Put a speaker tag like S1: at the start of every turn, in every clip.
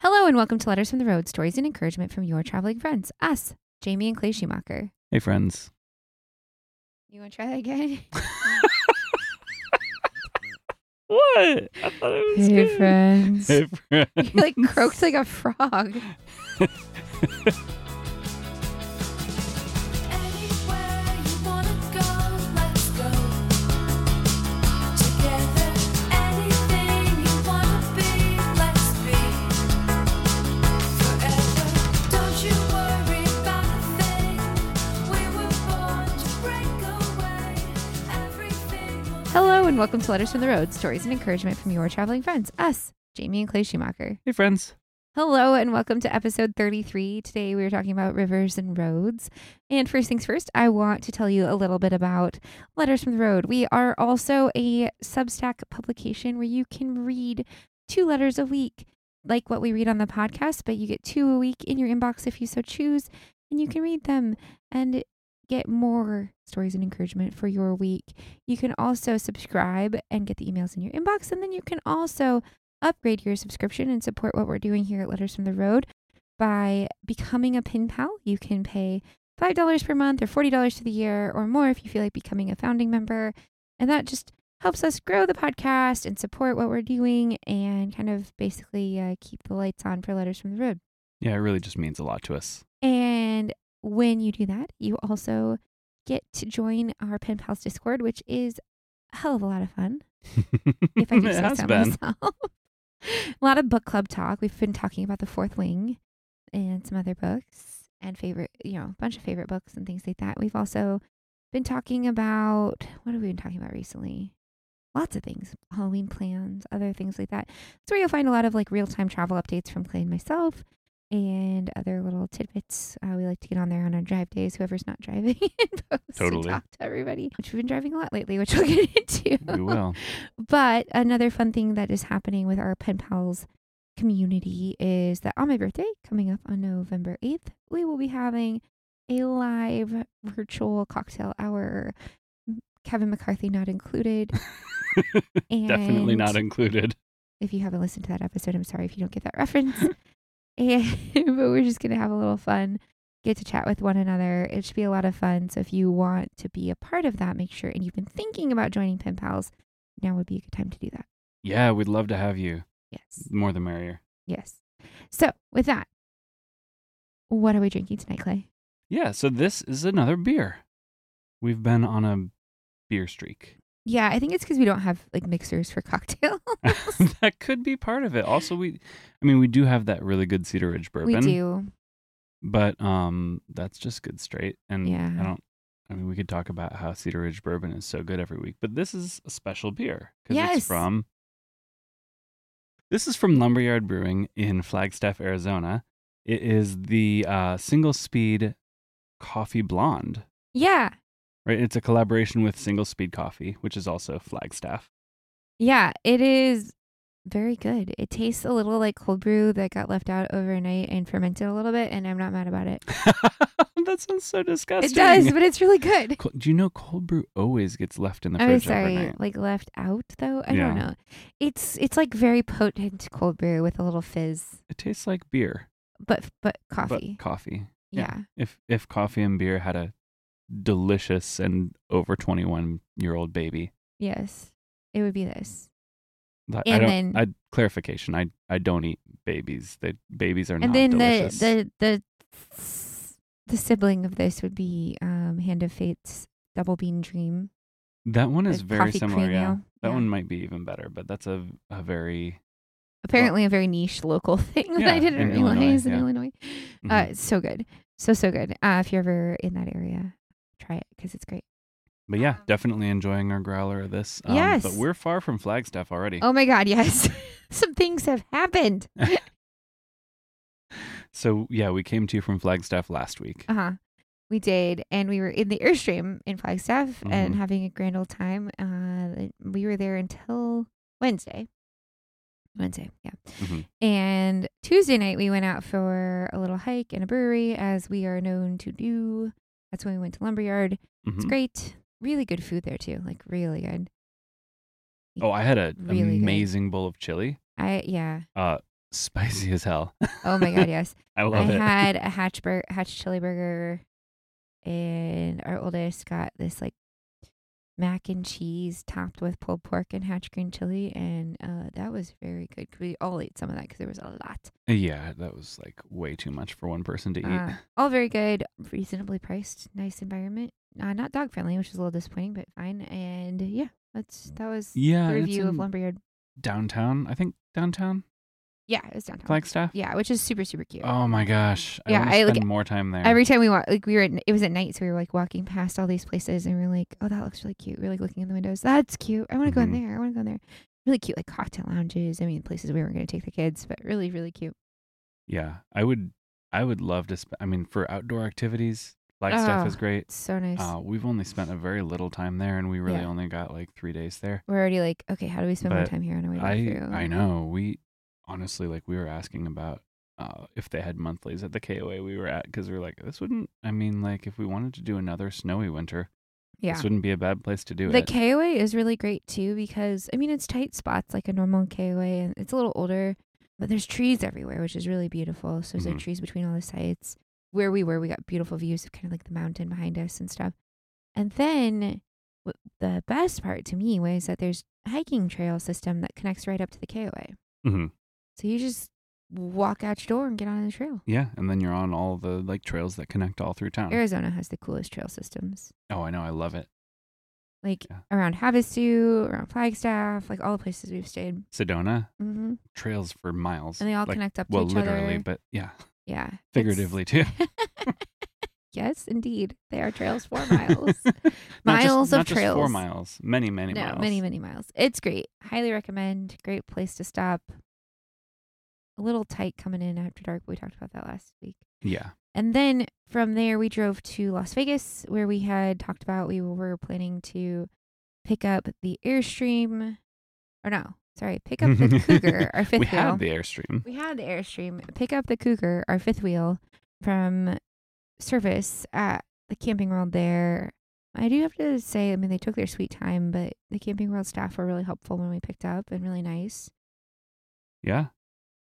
S1: Hello and welcome to Letters from the Road, stories and encouragement from your traveling friends, us, Jamie and Clay Schumacher.
S2: Hey, friends.
S1: You want to try that again?
S2: What? I thought it
S1: Hey, friends.
S2: Hey,
S1: you
S2: friends.
S1: like croaked like a frog.
S3: Anywhere you wanna go, let's go together. Anything you wanna be, let's be forever. Don't you worry about a thing. We were born to break away. Everything
S1: Hello and welcome to Letters from the Road, stories and encouragement from your traveling friends, us, Jamie and Clay Schumacher.
S2: Hey, friends.
S1: Hello and welcome to episode 33. Today we were talking about rivers and roads. And first things first, I want to tell you a little bit about Letters from the Road. We are also a Substack publication where you can read two letters a week, like what we read on the podcast, but you get two a week in your inbox if you so choose, and you can read them and get more stories and encouragement for your week. You can also subscribe and get the emails in your inbox, and then you can also upgrade your subscription and support what we're doing here at Letters from the Road by becoming a pin pal. You can pay $5 per month or $40 to the year or more if you feel like becoming a founding member. And that just helps us grow the podcast and support what we're doing and kind of basically uh, keep the lights on for Letters from the Road.
S2: Yeah, it really just means a lot to us.
S1: And when you do that, you also get to join our pen pals Discord, which is a hell of a lot of fun if I do
S2: it
S1: say
S2: has
S1: so
S2: been.
S1: myself. a lot of book club talk. We've been talking about The Fourth Wing and some other books and favorite, you know, a bunch of favorite books and things like that. We've also been talking about what have we been talking about recently? Lots of things, Halloween plans, other things like that. It's where you'll find a lot of like real time travel updates from Clay and myself and other little tidbits. Uh, we like to get on there on our drive days, whoever's not driving, and post and
S2: Totally.
S1: talk to everybody, which we've been driving a lot lately, which we'll get into.
S2: We will.
S1: But another fun thing that is happening with our pen pals community is that on my birthday, coming up on November 8th, we will be having a live virtual cocktail hour. Kevin McCarthy not included. And
S2: Definitely not included.
S1: if you haven't listened to that episode, I'm sorry if you don't get that reference. and, but we're just going to have a little fun, get to chat with one another. It should be a lot of fun. So if you want to be a part of that, make sure, and you've been thinking about joining Pen Pals, now would be a good time to do that.
S2: Yeah, we'd love to have you.
S1: Yes.
S2: More the merrier.
S1: Yes. So with that, what are we drinking tonight, Clay?
S2: Yeah, so this is another beer. We've been on a beer streak.
S1: Yeah, I think it's because we don't have like mixers for cocktail.
S2: that could be part of it. Also, we, I mean, we do have that really good Cedar Ridge bourbon.
S1: we do.
S2: but um that's just good straight and
S1: Yeah.
S2: i don't i mean we could talk about how cedar ridge bourbon is so good every week but this is a special beer because
S1: Yes.
S2: it's from this is from lumberyard brewing in flagstaff arizona it is the uh, single speed coffee blonde
S1: Yeah.
S2: right it's a collaboration with single speed coffee which is also flagstaff
S1: Yeah, it is very good. It tastes a little like cold brew that got left out overnight and fermented a little bit, and I'm not mad about it.
S2: that sounds so disgusting
S1: It does, but it's really good.
S2: Co- do you know cold brew always gets left in the
S1: I'm
S2: fridge
S1: sorry,
S2: overnight
S1: like left out though. I
S2: Yeah.
S1: don't know. It's it's like very potent cold brew with a little fizz,
S2: it tastes like beer
S1: but but
S2: but
S1: coffee.
S2: coffee
S1: yeah.
S2: if if coffee and beer had a delicious and over 21 year old baby
S1: Yes. It would be this.
S2: Th- I
S1: And
S2: don't,
S1: then-
S2: I, clarification i i don't eat babies they babies are
S1: and
S2: not
S1: then
S2: delicious
S1: the the the s- the sibling of this would be um, Hand of Fate's Double Bean Dream.
S2: that one is
S1: the
S2: very
S1: coffee
S2: similar
S1: cream
S2: yeah
S1: ale.
S2: that
S1: Yeah.
S2: one might be even better but that's a a very
S1: Apparently, a very niche local thing that I
S2: Yeah,
S1: didn't
S2: in
S1: realize
S2: Illinois,
S1: in
S2: yeah.
S1: Illinois. Uh,
S2: mhm.
S1: it's so good, so so good. Uh, if you're ever in that area, try it because it's great.
S2: but yeah definitely enjoying our growler of this Um, but
S1: uh, Yes.
S2: we're far from flagstaff already
S1: Oh my God, yes, some things have happened.
S2: so yeah we came to you from flagstaff last week
S1: Uh huh. We did, and we were in the airstream in Flagstaff and
S2: Mhm.
S1: having a grand old time. Uh, we were there until Wednesday. Wednesday, yeah.
S2: Mhm.
S1: And Tuesday night we went out for a little hike in a brewery, as we are known to do. That's when we went to Lumberyard. It's
S2: Mhm.
S1: great, really good food there too. Like really good.
S2: oh i had an
S1: Really good.
S2: amazing bowl of chili
S1: I yeah.
S2: uh spicy as hell.
S1: Oh my god, yes.
S2: I
S1: I
S2: love it.
S1: had a hatch bur- hatch chili burger, and our oldest got this like mac and cheese topped with pulled pork and hatch green chili, and uh, that was very good. We all ate some of that because there was a lot.
S2: yeah, that was like way too much for one person to eat.
S1: Uh, all very good, reasonably priced, nice environment. Uh, not dog friendly, which is a little disappointing, but fine. And yeah, that's that was
S2: yeah,
S1: the
S2: and it's
S1: review of
S2: in
S1: Lumberyard.
S2: downtown. I think downtown
S1: Yeah, it was downtown.
S2: Flagstaff.
S1: yeah, which is super super cute.
S2: Oh my gosh! I
S1: Yeah,
S2: want to
S1: I,
S2: spend
S1: like,
S2: more time there.
S1: Every time we walk, like we were, at, it was at night, so we were like walking past all these places, and we are like, "Oh, that looks really cute." We are like looking in the windows. That's cute. I want to go
S2: Mhm.
S1: in there. I want to go in there. Really cute, like cocktail lounges. I mean, places we weren't going to take the kids, but really, really cute.
S2: yeah, I would. I would love to. Sp- I mean, for outdoor activities, Flagstaff
S1: Oh,
S2: is great.
S1: It's so nice.
S2: Uh, we've only spent a very little time there, and we really
S1: Yeah.
S2: only got like three days there.
S1: we're already like, okay, how do we spend more
S2: but
S1: time here on our way back
S2: I
S1: through?
S2: I know. We honestly like we were asking about uh, if they had monthlies at the KOA we were at because we were like this wouldn't. I mean, like if we wanted to do another snowy winter,
S1: Yeah.
S2: this wouldn't be a bad place to do
S1: the
S2: it.
S1: KOA is really great too because I mean it's tight spots like a normal KOA and it's a little older, but there's trees everywhere, which is really beautiful. So there's
S2: Mhm.
S1: like trees between all the sites. Where we were, we got beautiful views of kind of like the mountain behind us and stuff. And then w- the best part to me was that there's a hiking trail system that connects right up to the KOA.
S2: hmm
S1: So you just walk out your door and get on the trail.
S2: Yeah, and then you're on all the like trails that connect all through town.
S1: Arizona has the coolest trail systems.
S2: oh, I know. I love it.
S1: Like
S2: Yeah.
S1: around Havasu, around Flagstaff, like all the places we've stayed.
S2: Sedona
S1: hmm
S2: trails for miles.
S1: and they all
S2: like,
S1: connect up to
S2: well,
S1: each
S2: literally,
S1: other.
S2: but yeah,
S1: yeah, it's-
S2: figuratively too.
S1: yes, indeed, they are trails for miles,
S2: Not just-
S1: Miles of
S2: not just Four
S1: trails.
S2: miles, many, many
S1: no,
S2: miles.
S1: many many miles. It's great. Highly recommend. Great place to stop. A little tight coming in after dark. We talked about that last week.
S2: Yeah,
S1: And then from there, we drove to Las Vegas, where we had talked about we were planning to pick up the Airstream, or no, sorry, pick up the Cougar, our fifth
S2: we
S1: wheel.
S2: had the airstream.
S1: We had the Airstream pick up the Cougar, our fifth wheel, from service at the Camping World there. I do have to say, I mean, they took their sweet time, but the Camping World staff were really helpful when we picked up and really nice.
S2: Yeah,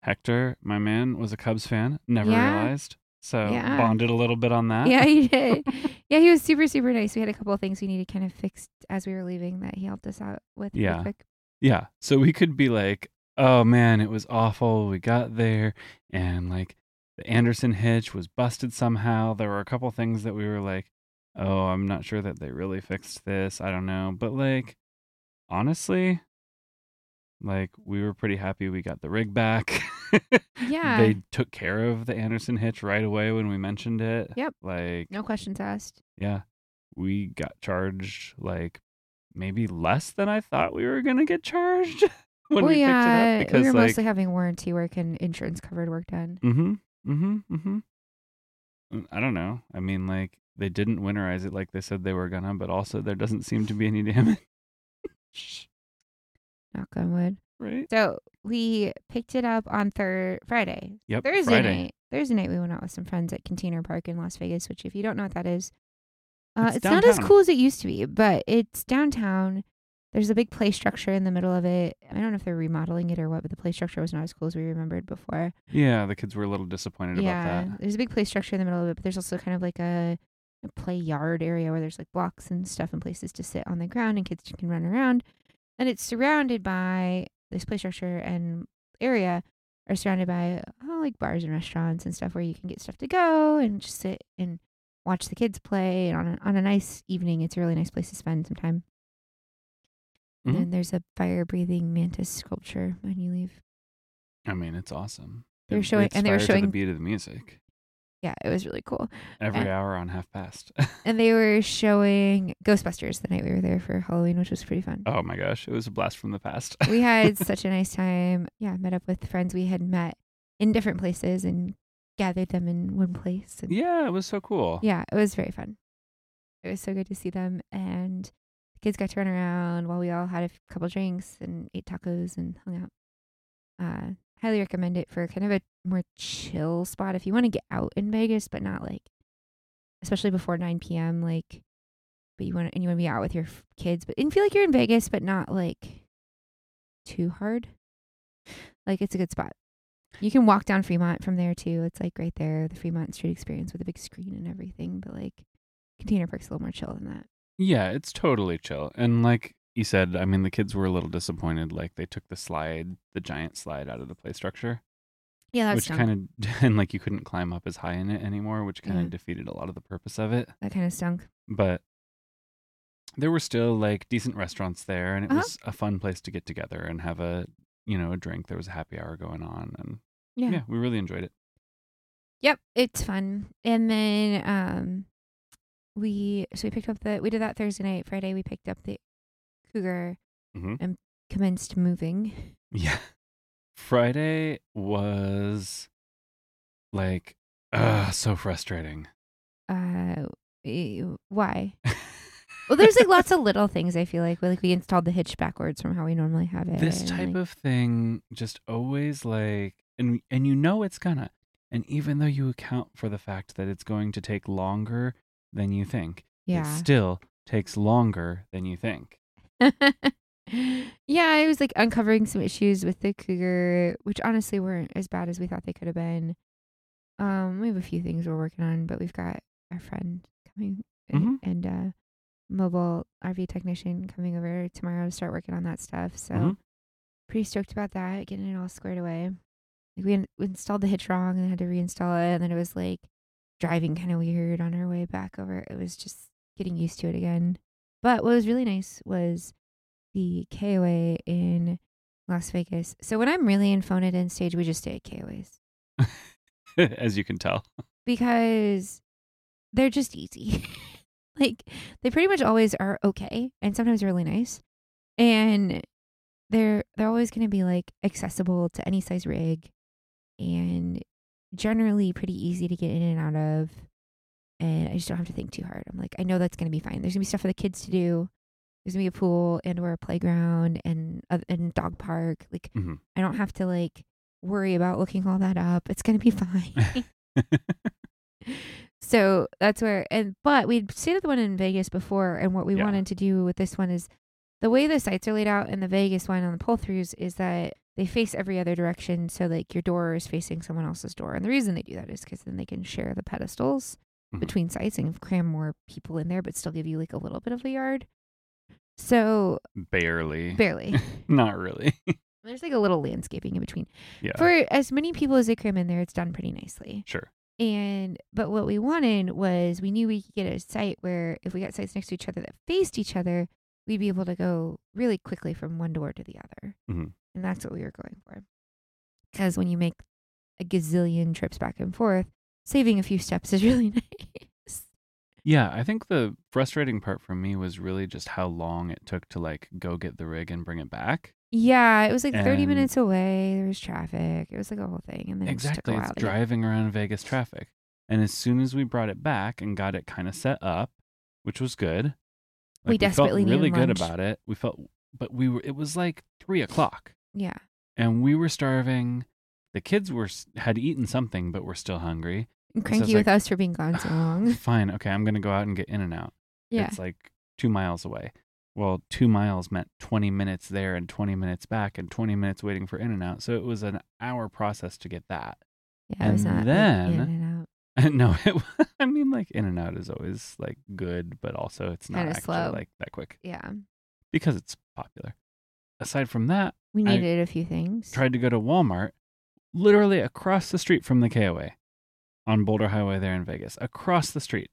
S2: Hector, my man, was a Cubs fan. Never
S1: Yeah.
S2: realized, so
S1: Yeah.
S2: bonded a little bit on that.
S1: Yeah, he did. yeah, he was super, super nice. We had a couple of things we needed kind of fixed as we were leaving that he helped us out with. really
S2: Yeah.
S1: quick.
S2: Yeah. So we could be like, oh man, it was awful. We got there and like the Anderson hitch was busted somehow. There were a couple things that we were like, oh, I'm not sure that they really fixed this. I don't know. But like, honestly, like we were pretty happy we got the rig back.
S1: Yeah.
S2: They took care of the Anderson hitch right away when we mentioned it.
S1: Yep.
S2: Like,
S1: No questions asked.
S2: yeah, we got charged like maybe less than I thought we were gonna get charged when
S1: well,
S2: we
S1: yeah,
S2: picked it
S1: we
S2: up because
S1: were
S2: like
S1: mostly having warranty work and insurance covered work done.
S2: mm-hmm, mm-hmm, mm-hmm. I don't know. I mean, like they didn't winterize it like they said they were gonna, but also there doesn't seem to be any damage,
S1: Knock on wood.
S2: right?
S1: So we picked it up on thir- Friday,
S2: Yep.
S1: Thursday
S2: Friday.
S1: night. Thursday night, we went out with some friends at Container Park in Las Vegas. Which, if you don't know what that is, uh,
S2: It's
S1: it's, not as
S2: downtown.
S1: cool as it used to be, but it's downtown. There's a big play structure in the middle of it. I don't know if they're remodeling it or what, but the play structure was not as cool as we remembered before.
S2: Yeah, the kids were a little disappointed
S1: Yeah,
S2: about that.
S1: there's a big play structure in the middle of it, but there's also kind of like a, a play yard area where there's like blocks and stuff and places to sit on the ground and kids can run around. And it's surrounded by this play structure and area are surrounded by oh, like bars and restaurants and stuff where you can get stuff to go and just sit and watch the kids play. And on a, on a nice evening, it's a really nice place to spend some time.
S2: Mhm.
S1: And then there's a fire breathing mantis sculpture when you leave.
S2: I mean, it's awesome.
S1: They were
S2: It
S1: showing-
S2: breathes
S1: and they were
S2: fire to the
S1: showing- Eh
S2: beat of the music
S1: Yeah, it was really cool.
S2: every
S1: and-
S2: hour on half past.
S1: And they were showing Ghostbusters the night we were there for Halloween, which was pretty fun.
S2: oh my gosh, it was a blast from the past.
S1: We had such a nice time. Yeah, met up with friends we had met in different places and gathered them in one place. And
S2: yeah, it was so cool.
S1: yeah, it was very fun. It was so good to see them. And the kids got to run around while we all had a f- couple drinks and ate tacos and hung out. Uh, highly recommend it for kind of a more chill spot if you want to get out in Vegas, but not like, especially before 9 p.m. Like, but you want and you want to be out with your f- kids, but and feel like you're in Vegas, but not like too hard. Like it's a good spot. You can walk down Fremont from there too. It's like right there, the Fremont Street Experience with a big screen and everything. But like, Container Park's a little more chill than that.
S2: Yeah, it's totally chill. And like you said, I mean, the kids were a little disappointed. Like they took the slide, the giant slide, out of the play structure,
S1: Yeah, that's
S2: which kind of and like you couldn't climb up as high in it anymore, which kind of
S1: Yeah.
S2: defeated a lot of the purpose of it.
S1: that kind of stunk.
S2: But there were still like decent restaurants there, and it
S1: Uh-huh.
S2: was a fun place to get together and have a you know a drink. There was a happy hour going on, and
S1: Yeah.
S2: yeah we really enjoyed it.
S1: Yep, it's fun. And then um we so we picked up the we did that Thursday night. Friday we picked up the cougar
S2: Mhm.
S1: and commenced moving.
S2: Yeah. Friday was like uh so frustrating.
S1: Uh eh, why? Well, there's like lots of little things I feel like. Like we installed the hitch backwards from how we normally have it.
S2: this type of thing just always like and and you know it's gonna and even though you account for the fact that it's going to take longer than you think, it
S1: yeah.
S2: still takes longer than you think.
S1: yeah, I was like uncovering some issues with the cougar, which honestly weren't as bad as we thought they could have been. Um, we have a few things we're working on, but we've got our friend coming and- and uh mobile RV technician coming over tomorrow to start working on that stuff. So
S2: Mhm.
S1: pretty stoked about that, getting it all squared away. Like we, in- we installed the hitch wrong and had to reinstall it, and then it was like driving kind of weird on our way back over. It was just getting used to it again. But what was really nice was the KOA in Las Vegas. So when I'm really in phone it in stage, we just stay at KOAs
S2: As you can tell.
S1: because they're just easy. like they pretty much always are okay and sometimes really nice. And they're they're always going to be like accessible to any size rig and generally pretty easy to get in and out of. And I just don't have to think too hard. I'm like, I know that's going to be fine. There's going to be stuff for the kids to do. There's going to be a pool and or a playground and uh, and dog park. Like
S2: Mhm.
S1: I don't have to like worry about looking all that up. It's going to be fine. So that's where and but we'd stayed at the one in Vegas before and what we
S2: Yeah.
S1: wanted to do with this one is the way the sites are laid out in the Vegas one on the pull throughs is that they face every other direction. So like your door is facing someone else's door. And the reason they do that is because then they can share the pedestals
S2: Mhm.
S1: between sites and cram more people in there, but still give you like a little bit of a yard. So
S2: Barely.
S1: barely.
S2: Not really.
S1: There's like a little landscaping in between.
S2: yeah.
S1: For as many people as they cram in there, it's done pretty nicely.
S2: sure.
S1: And but what we wanted was we knew we could get a site where if we got sites next to each other that faced each other, we'd be able to go really quickly from one door to the other.
S2: Mhm.
S1: And that's what we were going for. Because when you make a gazillion trips back and forth, saving a few steps is really nice.
S2: Yeah, I think the frustrating part for me was really just how long it took to like go get the rig and bring it back.
S1: Yeah, it was like 30
S2: And-
S1: minutes away. There was traffic. It was like a whole thing. And then it
S2: Exactly. It's
S1: just took a while. to get-
S2: driving around Vegas traffic. And as soon as we brought it back and got it kind of set up, which was good,
S1: We desperately
S2: felt really
S1: needed lunch.
S2: good about it. We felt, but we were. It was like three o'clock,
S1: Yeah.
S2: and we were starving. The kids were s- had eaten something, but were still hungry.
S1: And
S2: So it's
S1: cranky with
S2: like-
S1: us for being gone so long.
S2: Fine. Okay, I'm gonna go out and get In and Out.
S1: Yeah.
S2: It's like two miles away. Well, two miles meant 20 minutes there and 20 minutes back and 20 minutes waiting for In and Out. So it was an hour process to get that.
S1: Yeah. It was
S2: and
S1: not like,
S2: then-
S1: in and out.
S2: no, it, wa- I mean, like In and Out is always like good, but also it's not
S1: Kinda
S2: actually
S1: slow.
S2: like that quick
S1: Yeah.
S2: because it's popular. Aside from that,
S1: We
S2: I
S1: needed a few things.
S2: tried to go to Walmart literally across the street from the KOA on Boulder Highway there in Vegas, across the street.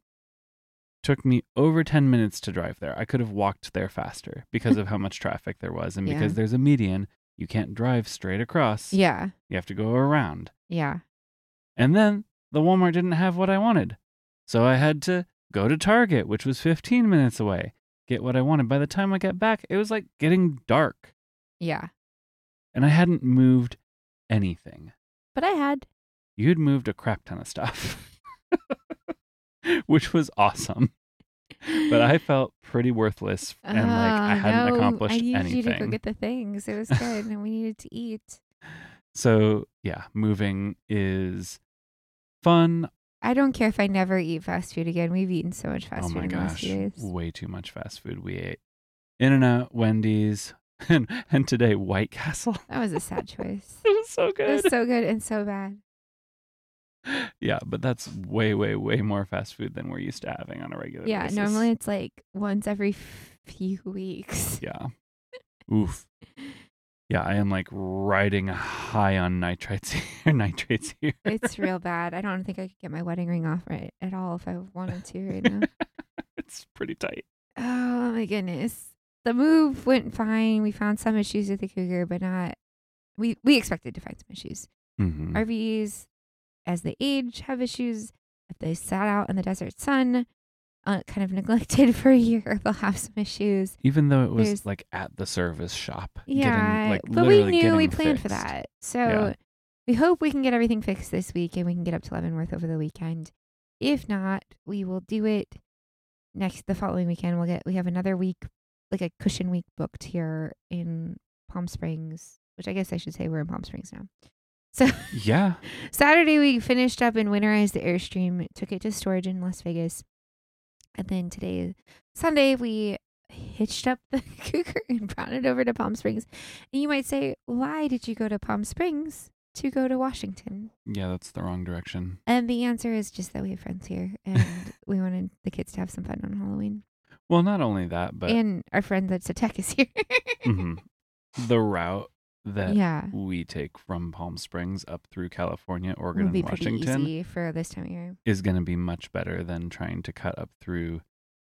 S2: Took me over 10 minutes to drive there. I could have walked there faster because of how much traffic there was and
S1: Yeah.
S2: because there's a median, you can't drive straight across.
S1: yeah.
S2: You have to go around.
S1: Yeah.
S2: And then the Walmart didn't have what I wanted. So I had to go to Target, which was 15 minutes away, get what I wanted. By the time I got back, it was like getting dark
S1: Yeah.
S2: and I hadn't moved anything.
S1: But I had.
S2: you'd moved a crap ton of stuff, which was awesome. But I felt pretty worheless and like I
S1: Oh,
S2: hadn't
S1: no,
S2: accomplished
S1: I needed you to
S2: anything.
S1: go get the things. It was good, and we needed to eat.
S2: so, yeah, moving is fun.
S1: I don't care if I never eat fast food again. We've eaten so much fast
S2: oh
S1: food
S2: my
S1: in the last
S2: gosh,
S1: few days.
S2: way too much fast food we ate. In and out, Wendy's, and, and today White Castle.
S1: That was a sad choice.
S2: It was so
S1: It
S2: good.
S1: was so good and so bad.
S2: yeah, but that's way, way, way more fast food than we're used to having on a regular
S1: Yeah,
S2: basis.
S1: normally it's like once every few weeks.
S2: Yeah. Oof. Yeah, I am like riding high on nitrites here. nitrates here.
S1: It's real bad. I don't think I could get my wedding ring off right at all if I wanted to right now.
S2: It's pretty tight.
S1: oh my goodness. The move went fine. We found some issues with the cougar, but not we we expected to find some issues.
S2: Mhm.
S1: RVs as they age have issues. If they sat out in the desert sun, uh, kind of neglected for a year, they'll have some issues.
S2: Even though it was
S1: there's-
S2: like at the service shop.
S1: Yeah,
S2: Getting, like,
S1: but we
S2: literally
S1: knew we
S2: getting
S1: planned for
S2: fixed.
S1: that. So
S2: Yeah.
S1: we hope we can get everything fixed this week and we can get up to Leavenworth over the weekend. If not, we will do it next the following weekend. We'll get we have another week like a cushion week booked here in Palm Springs, which I guess I should say we're in Palm Springs now.
S2: Yeah.
S1: Saturday, we finished up and winterized the Airstream, took it to storage in Las Vegas. And then today, Sunday, we hitched up the cougar and brought it over to Palm Springs. And you might say, why did you go to Palm Springs to go to Washington?
S2: Yeah, that's the wrong direction.
S1: And the answer is just that we have friends here and we wanted the kids to have some fun on Halloween.
S2: Well, not only that, but
S1: and our friend that's a tech is here.
S2: Mhm. the route that
S1: yeah.
S2: we take from Palm Springs up through California, Oregon,
S1: Would be
S2: and
S1: pretty
S2: Washington
S1: easy for this time of year.
S2: is going to be much better than trying to cut up through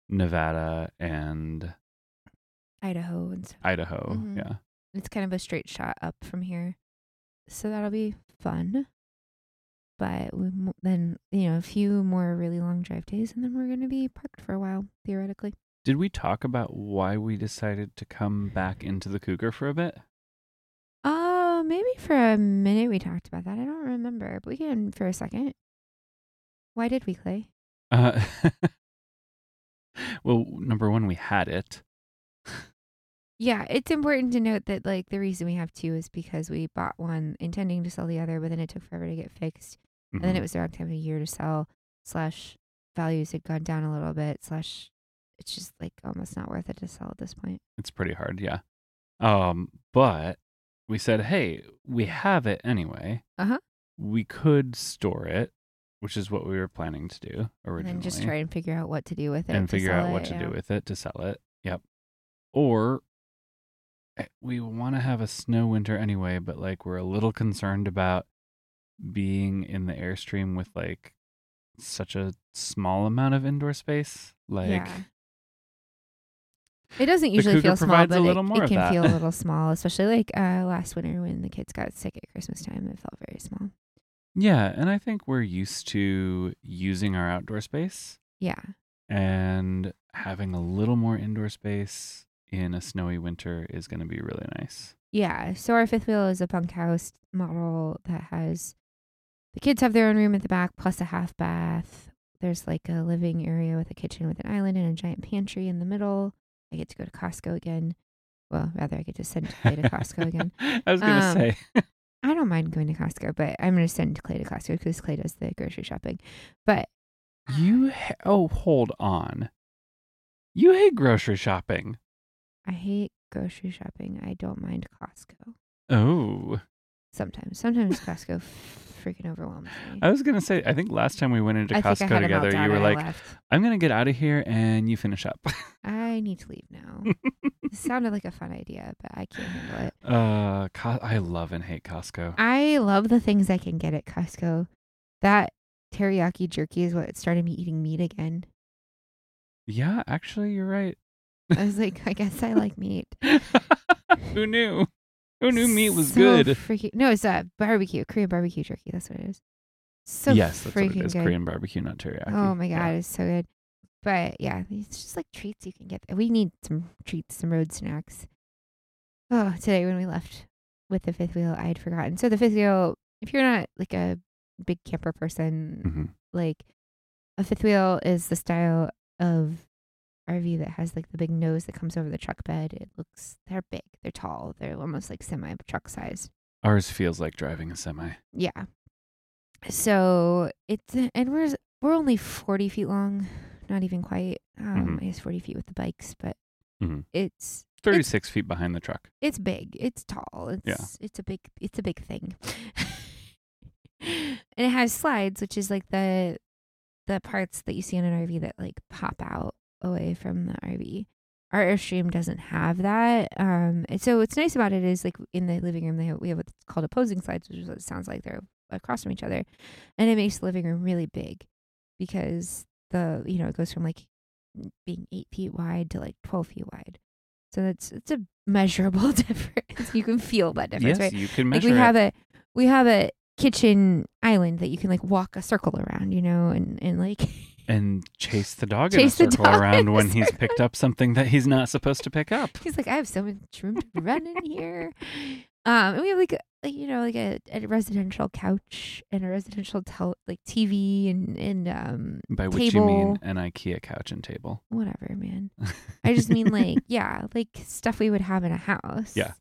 S2: Nevada and
S1: Idaho and stuff.
S2: Idaho.
S1: Mhm.
S2: Yeah.
S1: it's kind of a straight shot up from here. So that'll be fun. But we m- then, you know, a few more really long drive days and then we're going to be parked for a while, theoretically.
S2: Did we talk about why we decided to come back into the Cougar for a bit?
S1: Uh, maybe for a minute we talked about that. I don't remember, but we can for a second. Why did we, Clay?
S2: Uh, well, number one, we had it.
S1: Yeah, it's important to note that, like, the reason we have two is because we bought one intending to sell the other, but then it took forever to get fixed. and then
S2: Mhm.
S1: it was the wrong time of year to sell slash values had gone down a little bit slash it's just like almost not worth it to sell at this point
S2: it's pretty hard, yeah. Um, but we said, hey, we have it anyway.
S1: Uh-huh.
S2: We could store it, which is what we were planning to do originally,
S1: and then just try and figure out what to do with it
S2: and
S1: to
S2: figure
S1: sell
S2: out what
S1: it,
S2: to
S1: yeah.
S2: do with it to sell it. Yep. Or eh, we want to have a snow winter anyway, but like we're a little concerned about being in the airstream with like such a small amount of indoor space. Like,
S1: Yeah. it doesn't
S2: The
S1: usually
S2: Cougar
S1: feel small
S2: provides
S1: but
S2: a
S1: it-
S2: little
S1: it,
S2: more of
S1: can
S2: that.
S1: feel a little small especially like uh last winter when the kids got sick at christmas time it felt very small
S2: yeah. And I think we're used to using our outdoor space.
S1: yeah
S2: and having a little more indoor space in a snowy winter is going to be really nice.
S1: Yeah. So our fifth wheel is a bunk house model that has the kids have their own room at the back plus a half bath. There's like a living area with a kitchen with an island and a giant pantry in the middle. I get to go to Costco again. Well, rather I get to send Clay to Costco again.
S2: I was going to
S1: Um,
S2: say,
S1: I don't mind going to Costco, but I'm going to send Clay to Costco because Clay does the grocery shopping. But
S2: you, ha- oh, hold on. You hate grocery shopping.
S1: I hate grocery shopping. I don't mind Costco
S2: Oh,
S1: sometimes. Sometimes Costco freaking overwhelms me.
S2: I was going to say, I think last time we went into
S1: I think I
S2: Costco
S1: had a
S2: together,
S1: meltdown
S2: you were
S1: and I
S2: like,
S1: left.
S2: I'm going to get out of here and you finish up.
S1: I need to leave now. this sounded like a fun idea, but I can't handle it.
S2: uh, Co- I love and hate Costco.
S1: I love the things I can get at Costco. That teriyaki jerky is what started me eating meat again.
S2: Yeah, actually, you're right.
S1: I was like, I guess I like meat.
S2: Who knew? Who knew meat was
S1: So
S2: good?
S1: Freaking, no, it's a barbecue, Korean barbecue jerky. That's what it is. So
S2: yes, that's what
S1: freaking
S2: it is.
S1: good.
S2: Korean barbecue, not teriyaki.
S1: oh my god,
S2: Yeah.
S1: it's so good. But yeah, it's just like treats you can get. We need some treats, some road snacks. Oh, today when we left with the fifth wheel, I had forgotten. So the fifth wheel, if you're not like a big camper person,
S2: Mhm.
S1: like a fifth wheel is the style of RV that has like the big nose that comes over the truck bed. It looks they're big, they're tall, they're almost like semi truck size.
S2: Ours feels like driving a semi.
S1: Yeah. So it's and we're we're only forty feet long, not even quite. Um,
S2: Mhm.
S1: I guess forty feet with the bikes, but
S2: Mhm.
S1: it's
S2: 36 feet behind the truck.
S1: It's big. It's tall. It's it's a big it's a big thing. and it has slides, which is like the the parts that you see in an RV that like pop out away from the RV. Our Airstream doesn't have that. Um and so what's nice about it is like in the living room they have, we have what's called opposing slides, which is what it sounds like they're across from each other. And it makes the living room really big because the you know, it goes from like being eight feet wide to like twelve feet wide. So that's it's a measurable difference. You can feel that difference, right?
S2: yes, you can
S1: Like
S2: measure
S1: we have
S2: it.
S1: a we have a kitchen island that you can like walk a circle around, you know, and and like
S2: and chase the dog
S1: Chase the
S2: in a circle
S1: dog in
S2: around
S1: a
S2: when he's
S1: circle.
S2: picked up something that he's not supposed to pick up.
S1: he's like I have so much room to run in here. Um, and we have like a, like, you know like a, a residential couch and a residential tel- like TV and and um
S2: By which you mean
S1: Table.
S2: an IKEA couch and table.
S1: whatever, man. I just mean like yeah, like stuff we would have in a house.
S2: Yeah.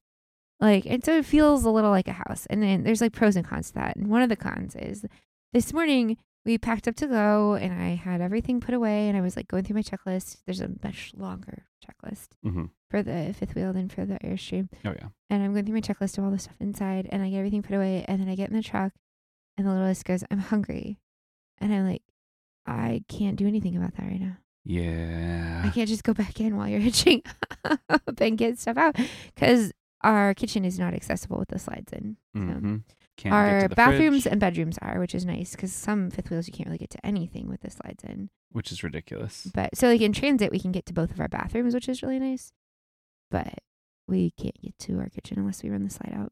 S1: Like and so it feels a little like a house. And then there's like pros and cons to that. And one of the cons is this morning we packed up to go and I had everything put away and I was like going through my checklist. There's a much longer checklist
S2: Mhm.
S1: for the fifth wheel than for the airstream.
S2: Oh yeah.
S1: And I'm going through my checklist of all the stuff inside and I get everything put away and then I get in the truck and the littlest goes, I'm hungry. And I'm like, I can't do anything about that right now. I
S2: Yeah.
S1: can't just go back in while you're hitching up and get stuff out because our kitchen is not accessible with the slides in. So
S2: Mhm. Can't get
S1: Our
S2: to the
S1: bathrooms
S2: fridge,
S1: and bedrooms are, which is nice because some fifth wheels you can't really get to anything with the slides in.
S2: which is ridiculous.
S1: But so, like in transit, we can get to both of our bathrooms, which is really nice. But we can't get to our kitchen unless we run the slide out.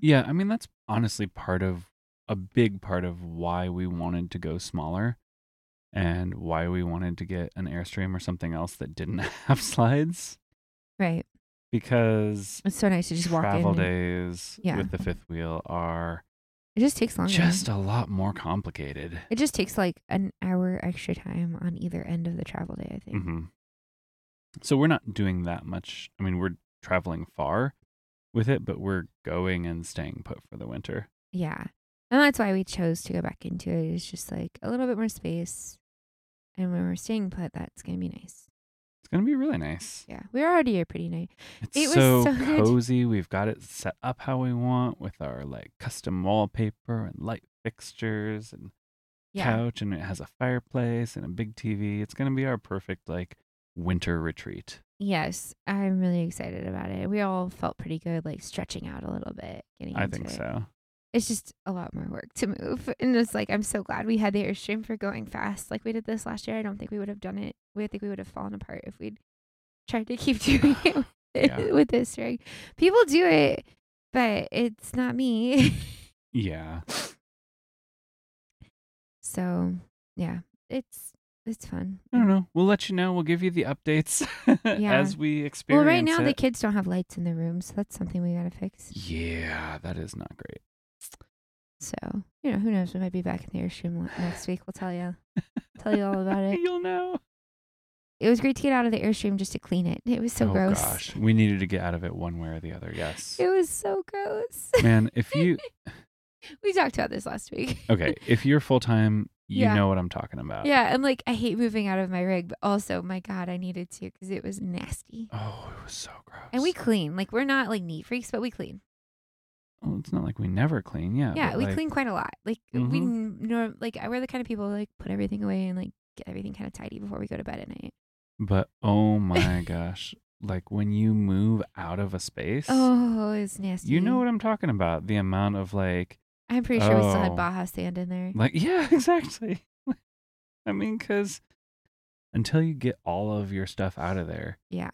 S2: Yeah, I mean that's honestly part of a big part of why we wanted to go smaller and why we wanted to get an airstream or something else that didn't have slides
S1: Right.
S2: because
S1: It's so nice to just walk
S2: travel
S1: in. and-
S2: days
S1: Yeah. Oh,
S2: with the fifth wheel are
S1: It just takes longer.
S2: just a lot more complicated.
S1: it just takes like an hour extra time on either end of the travel day, I think.
S2: hmm So we're not doing that much. I mean, we're traveling far with it, but we're going and staying put for the winter.
S1: Yeah. And that's why we chose to go back into it. It's just like a little bit more space. And when we're staying put, that's going to be nice.
S2: It's going to be really nice.
S1: Yeah. We are already a pretty nice.
S2: It's
S1: It was
S2: so,
S1: so good.
S2: cozy. We've got it set up how we want with our like custom wallpaper and light fixtures and
S1: Yeah.
S2: couch and it has a fireplace and a big TV. It's going to be our perfect like winter retreat.
S1: Yes. I'm really excited about it. We all felt pretty good, like stretching out a little bit. Getting
S2: I
S1: into
S2: think
S1: it.
S2: so.
S1: It's just a lot more work to move. And it's like, I'm so glad we had the Airstream for going fast. Like we did this last year. I don't think we would have done it. We I think we would have fallen apart if we'd tried to keep doing it with,
S2: Yeah.
S1: with this rig. People do it, but it's not me.
S2: Yeah.
S1: So yeah, it's it's fun.
S2: I don't know. We'll let you know. We'll give you the updates as we
S1: Well,
S2: experience
S1: right now
S2: it.
S1: the kids don't have lights in the room, so that's something we gotta fix.
S2: Yeah, that is not great.
S1: So you know, who knows? We might be back in the airstream le- next week. We'll tell you, tell you all about it.
S2: You'll know.
S1: It was great to get out of the airstream just to clean it. It was so
S2: oh
S1: gross.
S2: gosh, we needed to get out of it one way or the other. Yes,
S1: It was so gross.
S2: man. If you
S1: we talked about this last week.
S2: okay, Uh, if you're full time, you
S1: Yeah.
S2: know what I'm talking about.
S1: yeah, I'm like I hate moving out of my rig, but also my God, I needed to because it was nasty.
S2: Oh, it was so gross.
S1: And we clean. Like we're not like neat freaks, but we clean.
S2: Well, Oh, it's not like we never clean. Yeah.
S1: yeah
S2: but,
S1: we
S2: like, Mm-hmm.
S1: clean quite a lot like we know like I we're the kind of people who, like put everything away and like get everything kind of tidy before we go to bed at night
S2: But oh my gosh, like when you move out of a space,
S1: oh it's nasty
S2: you know what I'm talking about. The amount of like,
S1: i'm pretty sure we still had
S2: Oh.
S1: baja sand in there
S2: like yeah, exactly. I mean, because until you get all of your stuff out of there,
S1: yeah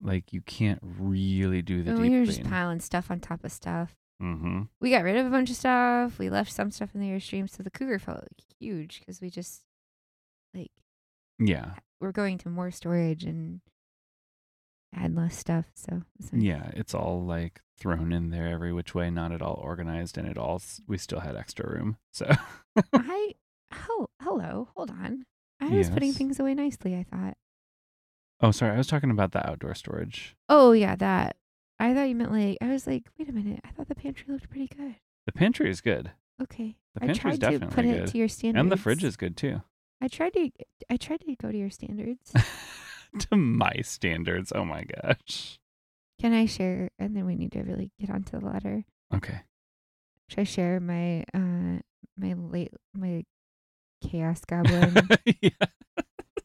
S2: like you can't really do the
S1: and
S2: deep
S1: we were just
S2: clean.
S1: piling stuff on top of stuff
S2: mm-hmm.
S1: we got rid of a bunch of stuff we left some stuff in the airstream so the cougar felt like huge because we just like
S2: Yeah.
S1: we're going to more storage and had less stuff so it's nice.
S2: Yeah, it's all like thrown in there every which way, not at all organized, and it all s- we still had extra room. So
S1: I oh hello, hold on. I was putting
S2: Yes.
S1: things away nicely, I thought.
S2: Oh, sorry, I was talking about the outdoor storage.
S1: Oh yeah, that. I thought you meant like I was like, wait a minute, I thought the pantry looked pretty good.
S2: The pantry is good.
S1: Okay.
S2: The
S1: I
S2: pantry's
S1: tried to
S2: definitely
S1: put it
S2: good.
S1: to your standards.
S2: And the fridge is good too.
S1: I tried to I tried to go to your standards.
S2: to my standards. Oh my gosh.
S1: Can I share? And then we need to really get onto the letter.
S2: Okay.
S1: Should I share my uh my late my chaos goblin
S2: yes.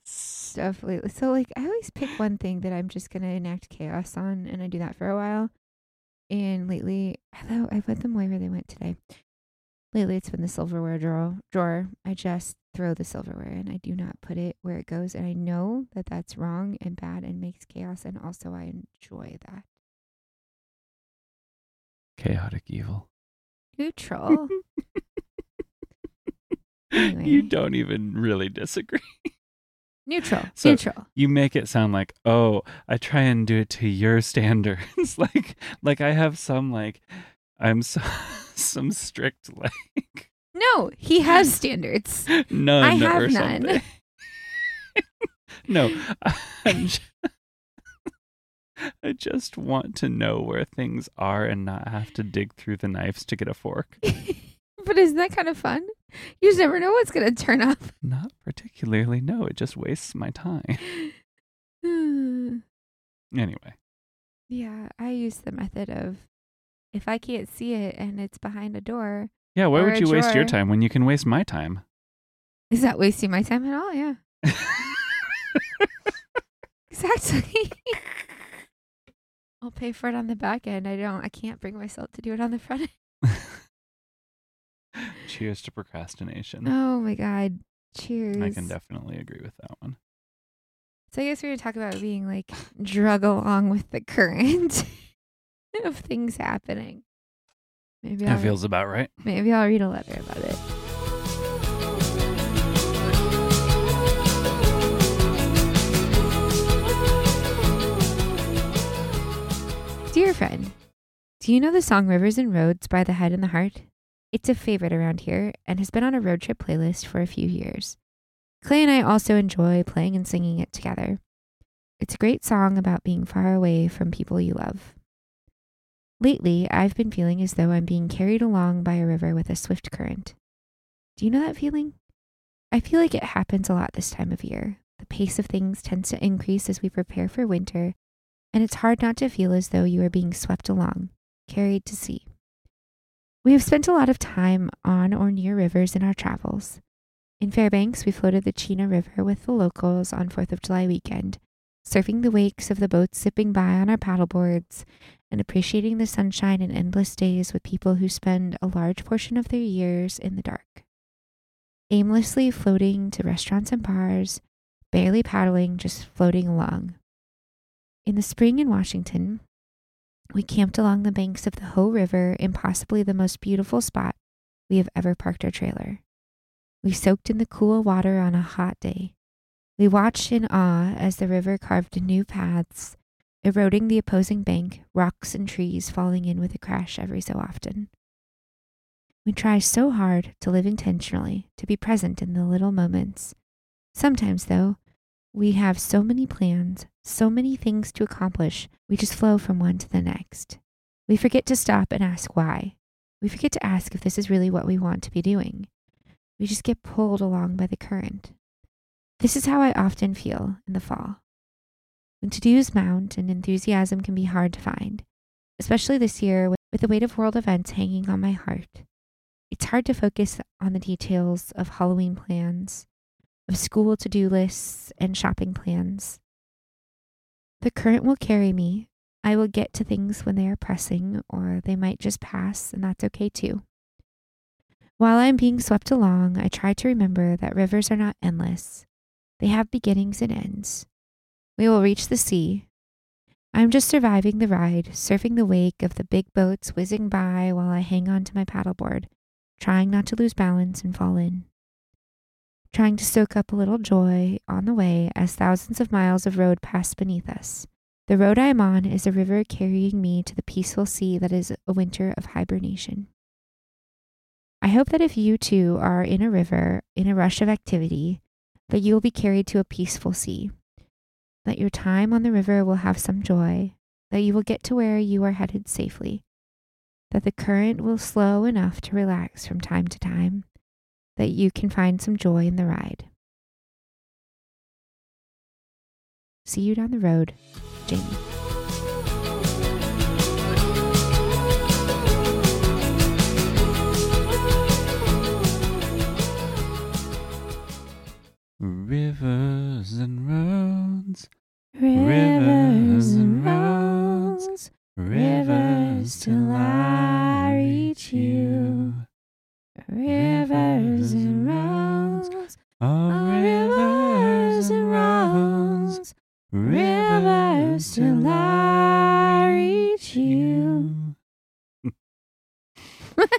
S1: stuff lately? So like I always pick one thing that I'm just gonna enact chaos on, and I do that for a while. And lately, although I've let them away where they went today. Lately, it's been the silverware drawer. Drawer. I just throw the silverware in. I do not put it where it goes, and I know that that's wrong and bad and makes chaos. And also, I enjoy that.
S2: Chaotic evil.
S1: Neutral. Anyway.
S2: You don't even really disagree.
S1: neutral.
S2: So-
S1: neutral.
S2: You make it sound like, oh, I try and do it to your standards. like like I have some like I'm so, some strict like
S1: No, he has standards.
S2: none
S1: I have
S2: or
S1: none.
S2: something. no, I'm ju- I just want to know where things are and not have to dig through the knives to get a fork.
S1: but isn't that kind of fun? You just never know what's going to turn up.
S2: Not particularly. No, it just wastes my time. Anyway,
S1: yeah, I use the method of if I can't see it and it's behind a door,
S2: yeah, why
S1: Or
S2: would
S1: a
S2: you waste your
S1: drawer.
S2: time when you can waste my time?
S1: is that wasting my time at all? Yeah, exactly. I'll pay for it on the back end. I don't, I can't bring myself to do it on the front end.
S2: Cheers to procrastination.
S1: Oh my God. Cheers.
S2: Mm. I can definitely agree with that one.
S1: So I guess we were talking about being like drug along with the current of things happening. Maybe I'll,
S2: That feels about right.
S1: maybe I'll read a letter about it. Dear friend, do you know the song Rivers and Roads by The Head and the Heart? It's a favorite around here and has been on a road trip playlist for a few years. Clay and I also enjoy playing and singing it together. It's a great song about being far away from people you love. Lately, I've been feeling as though I'm being carried along by a river with a swift current. Do you know that feeling? I feel like it happens a lot this time of year. The pace of things tends to increase as we prepare for winter, and it's hard not to feel as though you are being swept along, carried to sea. We have spent a lot of time on or near rivers in our travels. In Fairbanks, we floated the Chena River with the locals on 4th of July weekend, surfing the wakes of the boats zipping by on our paddleboards and appreciating the sunshine and endless days with people who spend a large portion of their years in the dark. Aimlessly floating to restaurants and bars, barely paddling, just floating along. In the spring in Washington, we camped along the banks of the Ho River in possibly the most beautiful spot we have ever parked our trailer. We soaked in the cool water on a hot day. We watched in awe as the river carved new paths, eroding the opposing bank, rocks and trees falling in with a crash every so often. We try so hard to live intentionally, to be present in the little moments. Sometimes, though, we have so many plans, so many things to accomplish, we just flow from one to the next. We forget to stop and ask why. We forget to ask if this is really what we want to be doing. We just get pulled along by the current. This is how I often feel in the fall. When to dos mount and enthusiasm can be hard to find, especially this year with with the weight of world events hanging on my heart. It's hard to focus on the details of Halloween plans, of school to do lists and shopping plans. The current will carry me. I will get to things when they are pressing, or they might just pass, and that's okay too. While I am being swept along, I try to remember that rivers are not endless, they have beginnings and ends. We will reach the sea. I am just surviving the ride, surfing the wake of the big boats whizzing by while I hang on to my paddleboard, trying not to lose balance and fall in trying to soak up a little joy on the way as thousands of miles of road pass beneath us. The road I am on is a river carrying me to the peaceful sea that is a winter of hibernation. I hope that if you too are in a river, in a rush of activity, that you will be carried to a peaceful sea, that your time on the river will have some joy, that you will get to where you are headed safely, that the current will slow enough to relax from time to time, that you can find some joy in the ride. See you down the road, Jamie.
S3: Thank you.
S2: Rivers and roads,
S1: Rivers and
S2: and roads,
S1: roads,
S2: rivers till I reach you.
S1: rivers
S2: rivers
S1: and
S2: and roads,
S1: roads,
S2: Oh, rivers and roads,
S1: rivers
S2: rivers
S1: till
S2: till
S1: I
S2: I
S1: reach
S2: reach
S1: you.
S2: you.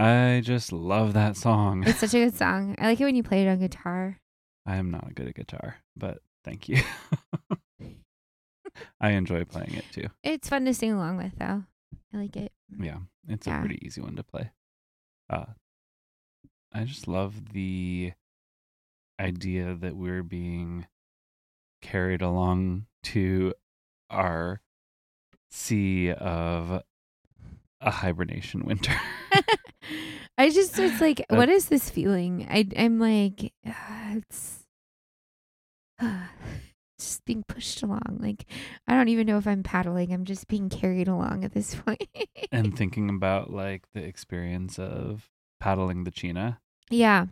S2: I just love that song.
S1: It's such a good song. I like it when you play it on guitar.
S2: I am not good at guitar, but thank you. I enjoy playing it too.
S1: It's fun to sing along with, though. I like it.
S2: Yeah, it's
S1: Yeah.
S2: a pretty easy one to play. Uh, I just love the idea that we're being carried along to our sea of a hibernation winter.
S1: I just it's like,
S2: Uh,
S1: what is this feeling? I I'm like, ah, it's ah, just being pushed along. Like I don't even know if I'm paddling. I'm just being carried along at this point.
S2: and thinking about like the experience of paddling the Chena.
S1: yeah,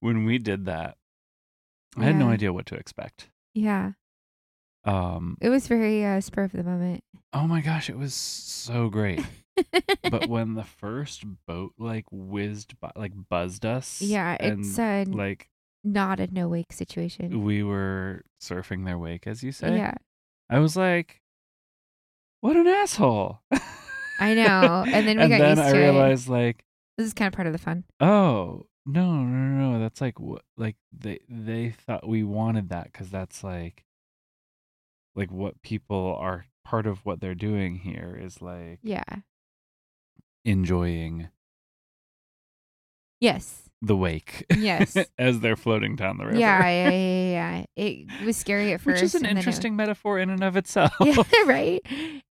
S2: when we did that, I had no
S1: Yeah.
S2: idea what to expect.
S1: yeah.
S2: Um,
S1: It was very uh, spur of the moment.
S2: oh my gosh, it was so great. but when the first boat like whizzed by, like buzzed us,
S1: yeah,
S2: and,
S1: it's uh,
S2: like
S1: not a no wake situation.
S2: we were surfing their wake, as you say.
S1: Yeah,
S2: I was like, what an asshole.
S1: I know. And then we
S2: and
S1: got
S2: then
S1: used
S2: I
S1: to it.
S2: realized like
S1: This is kind of part of the fun.
S2: Oh no, no, no! no, That's like what, like they they thought we wanted that because that's like, like what people are part of what they're doing here is like
S1: Yeah.
S2: enjoying
S1: Yes.
S2: the wake
S1: Yes.
S2: as they're floating down the river.
S1: Yeah, yeah, yeah, yeah. yeah. It was scary at first.
S2: which is an
S1: and then it was-
S2: interesting metaphor in and of itself.
S1: yeah, right.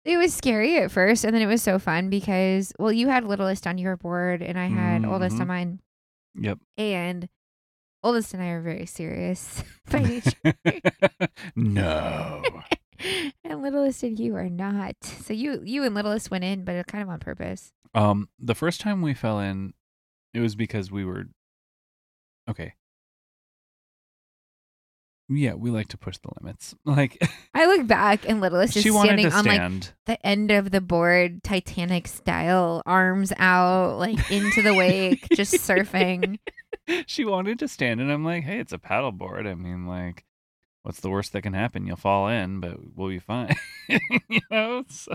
S1: It was scary at first, and then it was so fun because, well, you had littlest on your board, and I had oldest on
S2: Mhm.
S1: mine,
S2: Yep.
S1: and oldest and I are very serious by nature,
S2: no.
S1: and littlest and you are not. So you, you and littlest went in, but it kind of on purpose.
S2: Um, the first time we fell in, it was because we were okay. Yeah, we like to push the limits. Like
S1: I look back, and littlest is
S2: she wanted
S1: standing
S2: to
S1: on like
S2: stand.
S1: the end of the board, Titanic style, arms out, like into the wake, just surfing.
S2: she wanted to stand, and I'm like, hey, it's a paddleboard. I mean, like, what's the worst that can happen? You'll fall in, but we'll be fine. you know. So,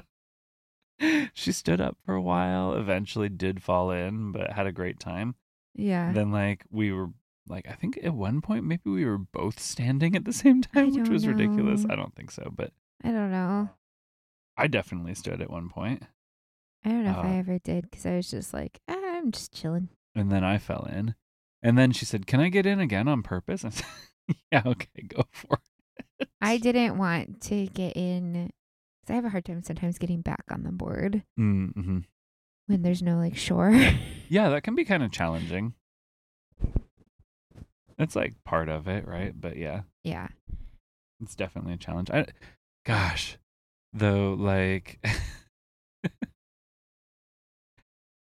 S2: she stood up for a while. Eventually, did fall in, but had a great time.
S1: Yeah.
S2: then like we were like I think at one point maybe we were both standing at the same
S1: I
S2: time, which
S1: don't
S2: was ridiculous.
S1: know.
S2: I don't think so, but
S1: I don't know.
S2: I definitely stood at one point,
S1: I don't know if I
S2: Uh,
S1: ever did because I was just like, ah, I'm just chilling.
S2: and then I fell in, and then she said, "Can I get in again on purpose?" I said, "Yeah, okay, go for it."
S1: I didn't want to get in because I have a hard time sometimes getting back on the board
S2: Mm-hmm.
S1: when there's no like shore.
S2: Yeah, that can be kind of challenging. That's like part of it, right? But yeah,
S1: yeah.
S2: it's definitely a challenge. I, gosh, though, like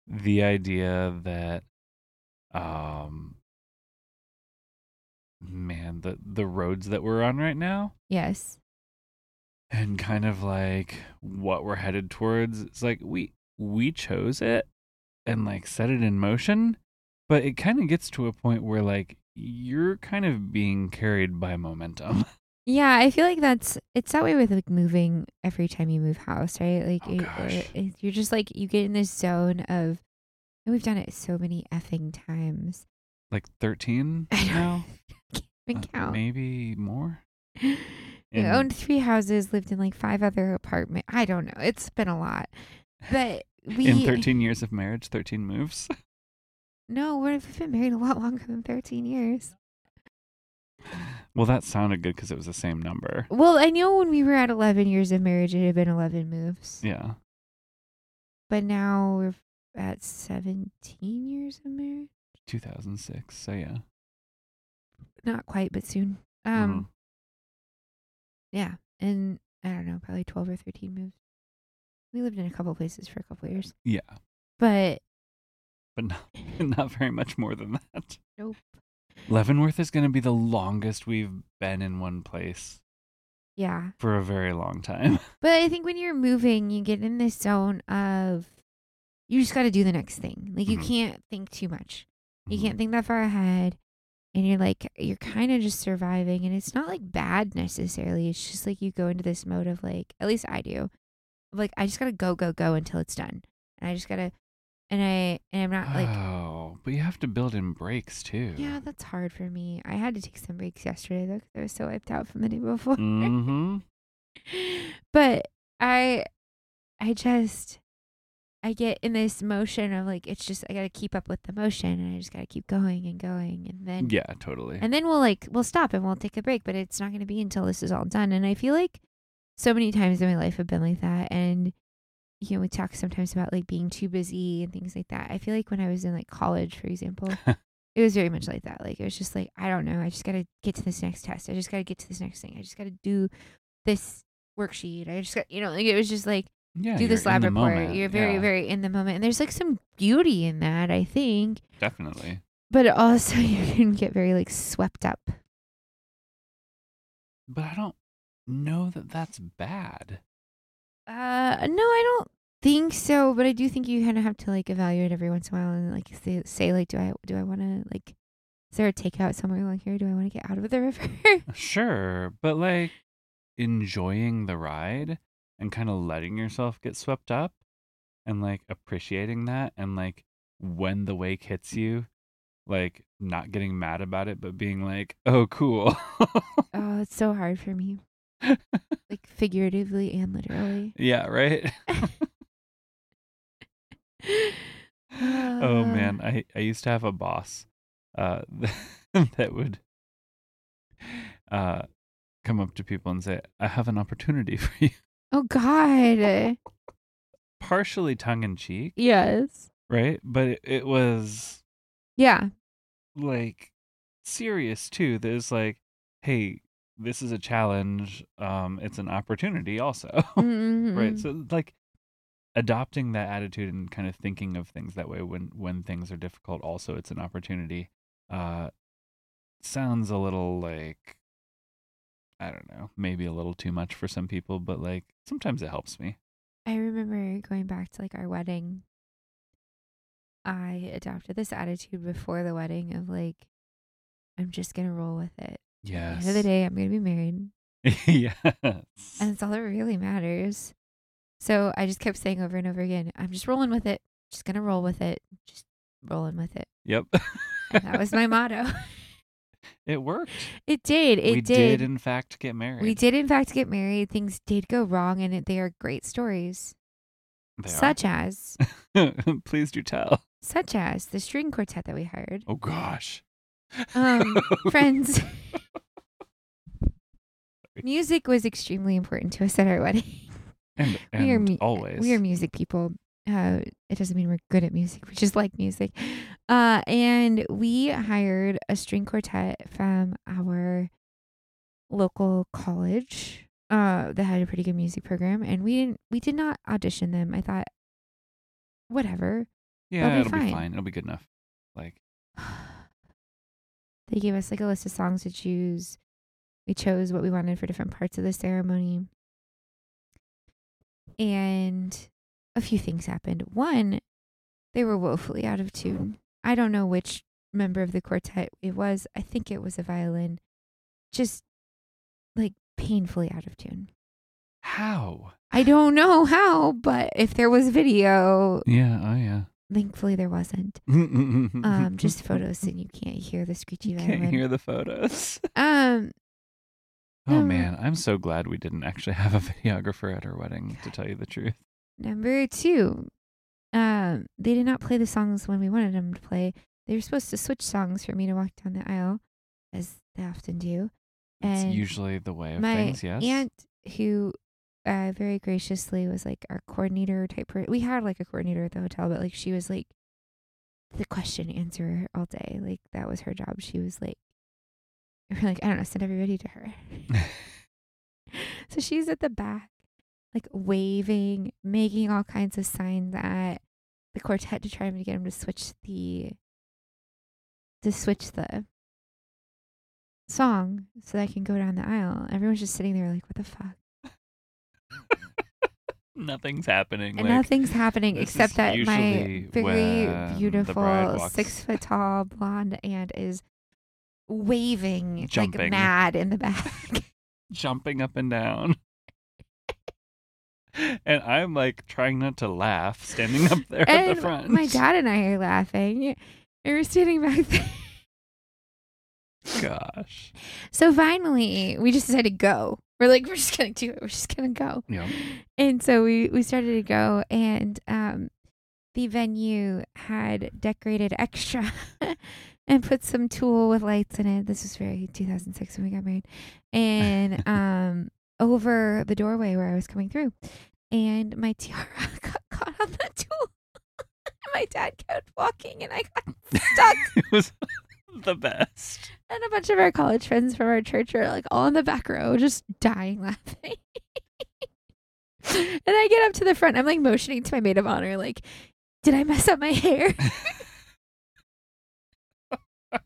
S2: the idea that, um, man, the the roads that we're on right now
S1: Yes.
S2: and kind of like what we're headed towards, it's like we we chose it and like set it in motion, but it kind of gets to a point where like you're kind of being carried by momentum.
S1: Yeah, I feel like that's it's that way with like moving every time you move house, right? Like
S2: Oh,
S1: it-
S2: gosh.
S1: it- it- you're just like you get in this zone of and we've done it so many effing times.
S2: like 13
S1: I don't
S2: now
S1: Even
S2: Uh,
S1: count.
S2: maybe more
S1: We
S2: in-
S1: owned three houses, lived in like five other apartment. I don't know. It's been a lot. But we
S2: in 13 years of marriage 13 moves
S1: No, we're- we've been married a lot longer than 13 years.
S2: well that sounded good because it was the same number
S1: Well, I know when we were at 11 years of marriage, it had been 11 moves.
S2: yeah
S1: But now we're at 17 years of marriage.
S2: 2006 so yeah
S1: Not quite, but soon. Um,
S2: Mm-hmm.
S1: Yeah. And I don't know, probably 12 or 13 moves. We lived in a couple places for a couple years.
S2: yeah
S1: But
S2: but not, Mm. not very much more than that.
S1: Nope.
S2: Leavenworth is going to be the longest we've been in one place
S1: Yeah.
S2: for a very long time.
S1: But I think when you're moving, you get in this zone of you just got to do the next thing. Like you
S2: Mhm.
S1: can't think too much.
S2: Mm-hmm.
S1: You can't think that far ahead. And you're like, you're kind of just surviving. And it's not like bad necessarily. It's just like you go into this mode of like, at least I do, of like, I just got to go, go, go until it's done. And I just got to, and I, and I'm not like,
S2: oh, but you have to build in breaks too.
S1: yeah, that's hard for me. I had to take some breaks yesterday though, 'cause I was so wiped out from the day before.
S2: Mm-hmm.
S1: but I I just I get in this motion of like it's just I gotta keep up with the motion and I just gotta keep going and going and then
S2: Yeah, totally.
S1: and then we'll like we'll stop and we'll take a break, but it's not gonna be until this is all done. And I feel like so many times in my life have been like that and you know, we talk sometimes about like being too busy and things like that. I feel like when I was in like college, for example, it was very much like that. Like it was just like, I don't know, I just gotta get to this next test. I just gotta get to this next thing. I just gotta do this worksheet. I just got you know, like it was just like
S2: yeah,
S1: do this
S2: you're in
S1: lab
S2: the
S1: report.
S2: moment.
S1: You're very,
S2: Yeah,
S1: very in the moment. And there's like some beauty in that, I think.
S2: definitely.
S1: But also you can get very like swept up.
S2: But I don't know that that's bad.
S1: Uh no, I don't think so, but I do think you kind of have to like evaluate every once in a while and like say, say like do I do I want to like is there a takeout somewhere along here? Do I want to get out of the river?
S2: Sure, but like enjoying the ride and kind of letting yourself get swept up and like appreciating that and like when the wake hits you, like not getting mad about it, but being like, oh, cool.
S1: oh, it's so hard for me. like figuratively and literally.
S2: yeah, right?
S1: Uh, Uh-huh.
S2: oh man, I, I used to have a boss uh, that would uh, come up to people and say, I have an opportunity for you.
S1: Oh god.
S2: Partially tongue in cheek.
S1: Yes.
S2: right? But it, it was
S1: Yeah.
S2: like serious too. There's like, hey, this is a challenge. Um, it's an opportunity also, right?
S1: Mhm.
S2: So like adopting that attitude and kind of thinking of things that way when when things are difficult, also it's an opportunity. Uh, sounds a little like. I don't know, maybe a little too much for some people, but like sometimes it helps me.
S1: I remember going back to like our wedding. I adopted this attitude before the wedding of like, I'm just gonna roll with it. At the
S2: Yes.
S1: end of the day, I'm gonna be married,
S2: yes.
S1: and it's all that really matters. So I just kept saying over and over again, I'm just rolling with it. Just gonna roll with it. Just rolling with it.
S2: Yep.
S1: And that was my motto.
S2: It worked.
S1: It did. It
S2: we
S1: did.
S2: in fact get married.
S1: we did in fact get married. Things did go wrong, and it, they are great stories,
S2: They are.
S1: such as
S2: Please do tell.
S1: such as the string quartet that we hired.
S2: Oh gosh.
S1: Um, friends, music was extremely important to us at our wedding.
S2: and, and
S1: we are mu-
S2: always.
S1: We are music people. Uh, it doesn't mean we're good at music. We just like music. Uh, and we hired a string quartet from our local college uh, that had a pretty good music program. And we didn't. We did not audition them. I thought, whatever.
S2: yeah,
S1: be
S2: it'll be
S1: fine.
S2: fine. It'll be good enough. Like
S1: they gave us like a list of songs to choose. We chose what we wanted for different parts of the ceremony. And a few things happened. One, they were woefully out of tune. I don't know which member of the quartet it was. I think it was a violin. Just like painfully out of tune.
S2: how?
S1: I don't know how, but if there was video,
S2: Yeah. Oh yeah.
S1: thankfully there wasn't. Um, just photos, and you can't hear the screechy
S2: You
S1: violin.
S2: can't hear the photos.
S1: Um,
S2: Oh
S1: Um,
S2: man, I'm so glad we didn't actually have a videographer at our wedding. To tell you the truth.
S1: number two, um, they did not play the songs when we wanted them to play. They were supposed to switch songs for me to walk down the aisle, as they often do.
S2: It's
S1: And
S2: usually the way of
S1: My
S2: things. Yes.
S1: aunt, who uh, very graciously was like our coordinator type person, we had like a coordinator at the hotel, but like she was like the question answerer all day. Like that was her job. She was like, we're like I don't know, send everybody to her. So she's at the back, like waving, making all kinds of signs at the the quartet to try to get him to switch the to switch the song so that I can go down the aisle. Everyone's just sitting there like, what the fuck?
S2: Nothing's happening.
S1: And
S2: like,
S1: nothing's happening
S2: this is
S1: except that my
S2: usually
S1: very
S2: when the bride
S1: beautiful
S2: walks-
S1: six foot tall blonde aunt is waving like
S2: Jumping.
S1: mad in the back.
S2: jumping up and down. and I'm like trying not to laugh, standing up there at
S1: and
S2: the front.
S1: my dad and I are laughing. And we're standing back there.
S2: Gosh.
S1: So finally, we just decided to go. We're like, we're just gonna do it. We're just gonna go.
S2: Yep.
S1: And so we we started to go, and um, the venue had decorated extra and put some tulle with lights in it. This was very 2006 when we got married, and um, over the doorway where I was coming through, and my tiara got caught on the tulle. my dad kept walking, and I got stuck.
S2: It was the best.
S1: And a bunch of our college friends from our church are like all in the back row, just dying laughing. and I get up to the front. I'm like motioning to my maid of honor, like, did I mess up my hair?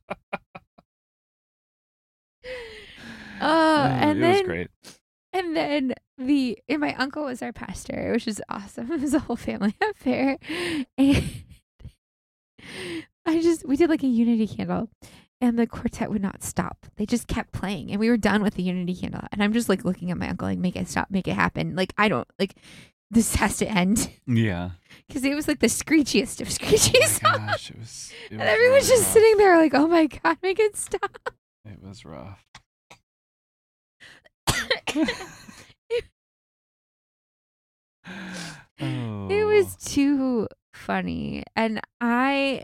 S1: Oh, and
S2: Uh, it was
S1: then
S2: great.
S1: and then the and my uncle was our pastor, which is awesome. It was a whole family affair. And I just we did like a unity candle and the quartet would not stop. They just kept playing and we were done with the unity candle. And I'm just like looking at my uncle like make it stop, make it happen. Like I don't like this has to end
S2: Yeah. Oh
S1: because it was like the screechiest of screechies.
S2: Gosh, it was. It
S1: and everyone's just sitting there like, "Oh my god, make it stop."
S2: It was rough. Oh.
S1: It was too funny. And I,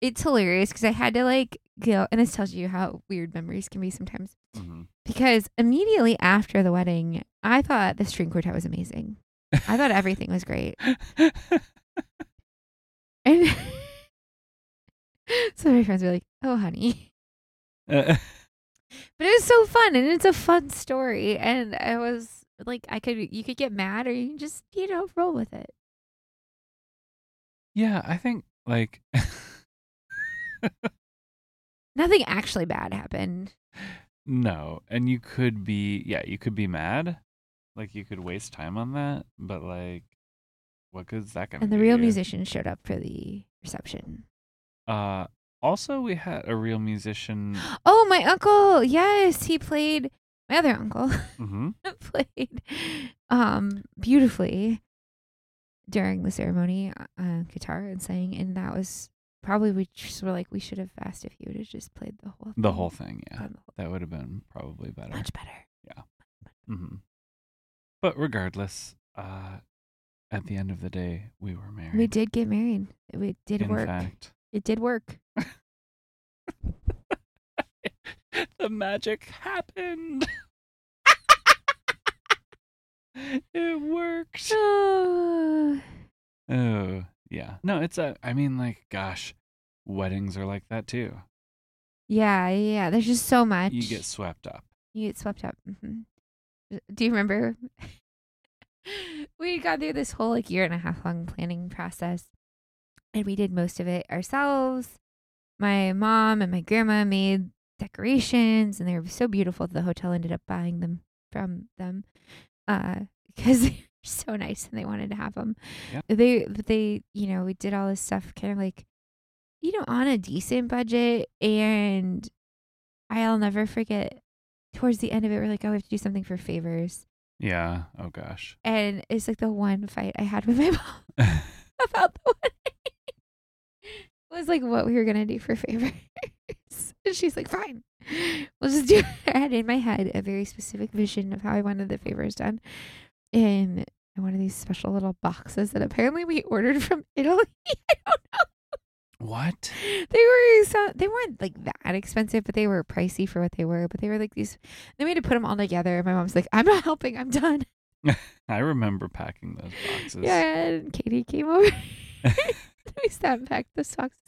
S1: it's hilarious because I had to like go, and this tells you how weird memories can be sometimes.
S2: Mhm.
S1: Because immediately after the wedding, I thought the string quartet was amazing. I thought everything was great.
S2: mm-hmm.
S1: And so my friends were like, oh, honey.
S2: Uh,
S1: But it was so fun and it's a fun story. And I was like, I could, you could get mad or you can just, you know, roll with it.
S2: yeah, I think like
S1: Nothing actually bad happened.
S2: no, and you could be yeah, you could be mad, like you could waste time on that, but like, what good's that gonna?
S1: And the real
S2: do you?
S1: musician showed up for the reception.
S2: Uh, also, we had a real musician.
S1: Oh, my uncle. Yes, he played my other uncle
S2: hmm
S1: played um beautifully during the ceremony uh, guitar and sang and that was probably we just were like we should have asked if he would have just played the whole
S2: The whole thing, yeah,
S1: Done the whole-
S2: that would have been probably better.
S1: much better.
S2: hmm But regardless, uh, at the end of the day, we were married.
S1: We did get married. It did
S2: In
S1: work.
S2: fact,
S1: It did work.
S2: the magic happened. it worked.
S1: Oh.
S2: Oh, yeah. No, it's a, I mean, like, gosh, weddings are like that too.
S1: yeah, yeah. There's just so much.
S2: You get swept up.
S1: You get swept up. hmm Do you remember? we got through this whole like year and a half long planning process, and we did most of it ourselves. My mom and my grandma made decorations, and they were so beautiful. that The hotel ended up buying them from them uh, because they were so nice and they wanted to have them.
S2: Yeah.
S1: They they you know we did all this stuff kind of like you know on a decent budget, and I'll never forget towards the end of it, we're like, oh, we have to do something for favors.
S2: Yeah. Oh, gosh.
S1: And it's like the one fight I had with my mom about the wedding was like what we were going to do for favors. and she's like, fine, we'll just do it. I had in my head a very specific vision of how I wanted the favors done. And in one of these special little boxes that apparently we ordered from Italy. I don't
S2: what?
S1: they were so they weren't like that expensive, but they were pricey for what they were. But they were like these. Then we had to put them all together. And my mom's like, "I'm not helping. I'm done."
S2: I remember packing those boxes.
S1: Yeah, and Katie came over. we sat and packed the socks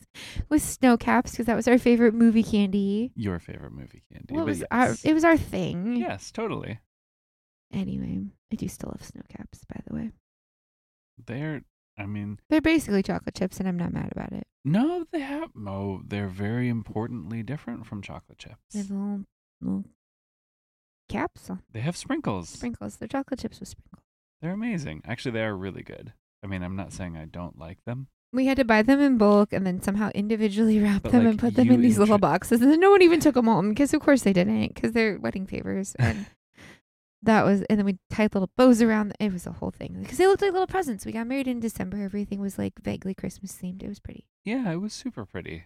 S1: with snow caps because that was our favorite movie candy.
S2: Your favorite movie candy.
S1: Well, it
S2: but
S1: was
S2: yes.
S1: our it was our thing.
S2: yes, totally.
S1: Anyway, I do still love snow caps, by the way.
S2: They're I mean,
S1: They're basically chocolate chips, and I'm not mad about it.
S2: no, they have. No, they're very importantly different from chocolate
S1: They have
S2: chips.
S1: little, little caps on
S2: They have sprinkles.
S1: sprinkles. They're chocolate chips with sprinkles.
S2: They're amazing. Actually, they are really good. I mean, I'm not saying I don't like them.
S1: We had to buy them in bulk and then somehow individually wrap
S2: But,
S1: them
S2: like,
S1: and put them
S2: you
S1: in these little
S2: intro-
S1: boxes. And then no one even took them home because, of course, they didn't because they're wedding favors. And that was, and then we tied little bows around. The, it was a whole thing because they looked like little presents. We got married in December. Everything was like vaguely Christmas themed. It was pretty.
S2: Yeah, it was super pretty.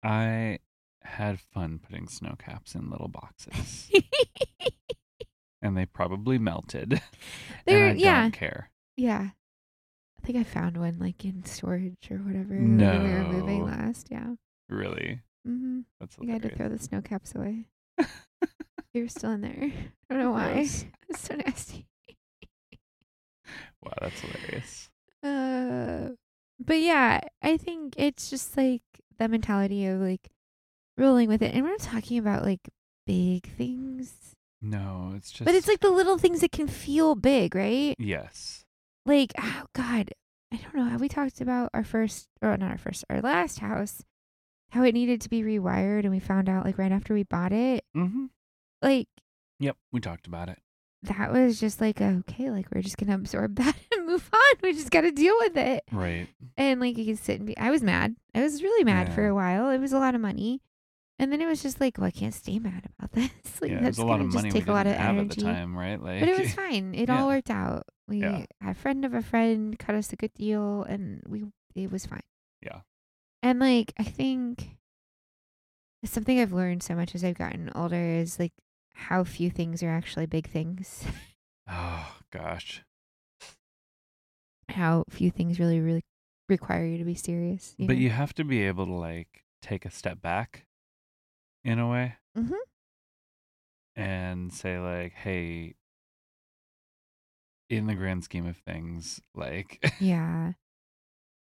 S2: I had fun putting snow caps in little boxes, and they probably melted.
S1: They're-
S2: and I
S1: yeah.
S2: don't care.
S1: yeah. I think I found one like in storage or whatever when we were moving
S2: No.
S1: last. Yeah.
S2: Really,
S1: Mm-hmm.
S2: that's
S1: I had to
S2: hilarious.
S1: throw the snow caps away. they were still in there. I don't know why.
S2: Gross.
S1: It's so nasty.
S2: Wow, that's hilarious.
S1: Uh, but yeah, I think it's just like the mentality of like rolling with it. And we're not talking about like big things,
S2: No, it's just.
S1: but it's like the little things that can feel big, right?
S2: yes,
S1: Like, oh God, I don't know. Have we talked about our first, or not our first, our last house, how it needed to be rewired? And we found out like right after we bought it,
S2: mm-hmm.
S1: like
S2: yep, we talked about it.
S1: that was just like, okay, like we're just going to absorb that and move on. We just got to deal with it.
S2: Right.
S1: and like you could sit and be i was mad i was really mad for
S2: Yeah.
S1: a while it was a lot of money and then it was just like well i can't stay mad about this like
S2: yeah, it
S1: that's
S2: was a lot
S1: gonna
S2: of
S1: just
S2: money we
S1: take
S2: didn't
S1: a lot of
S2: have
S1: energy
S2: at the time, right? Like,
S1: but it was fine it all
S2: Yeah.
S1: worked out we
S2: Yeah.
S1: a friend of a friend cut us a good deal and we it was fine
S2: Yeah.
S1: and like i think something i've learned so much as i've gotten older is like how few things are actually big things
S2: oh gosh,
S1: how few things really really require you to be serious
S2: but
S1: know?
S2: you have to be able to like take a step back in a way
S1: Mhm.
S2: and say like hey in the grand scheme of things like
S1: Yeah.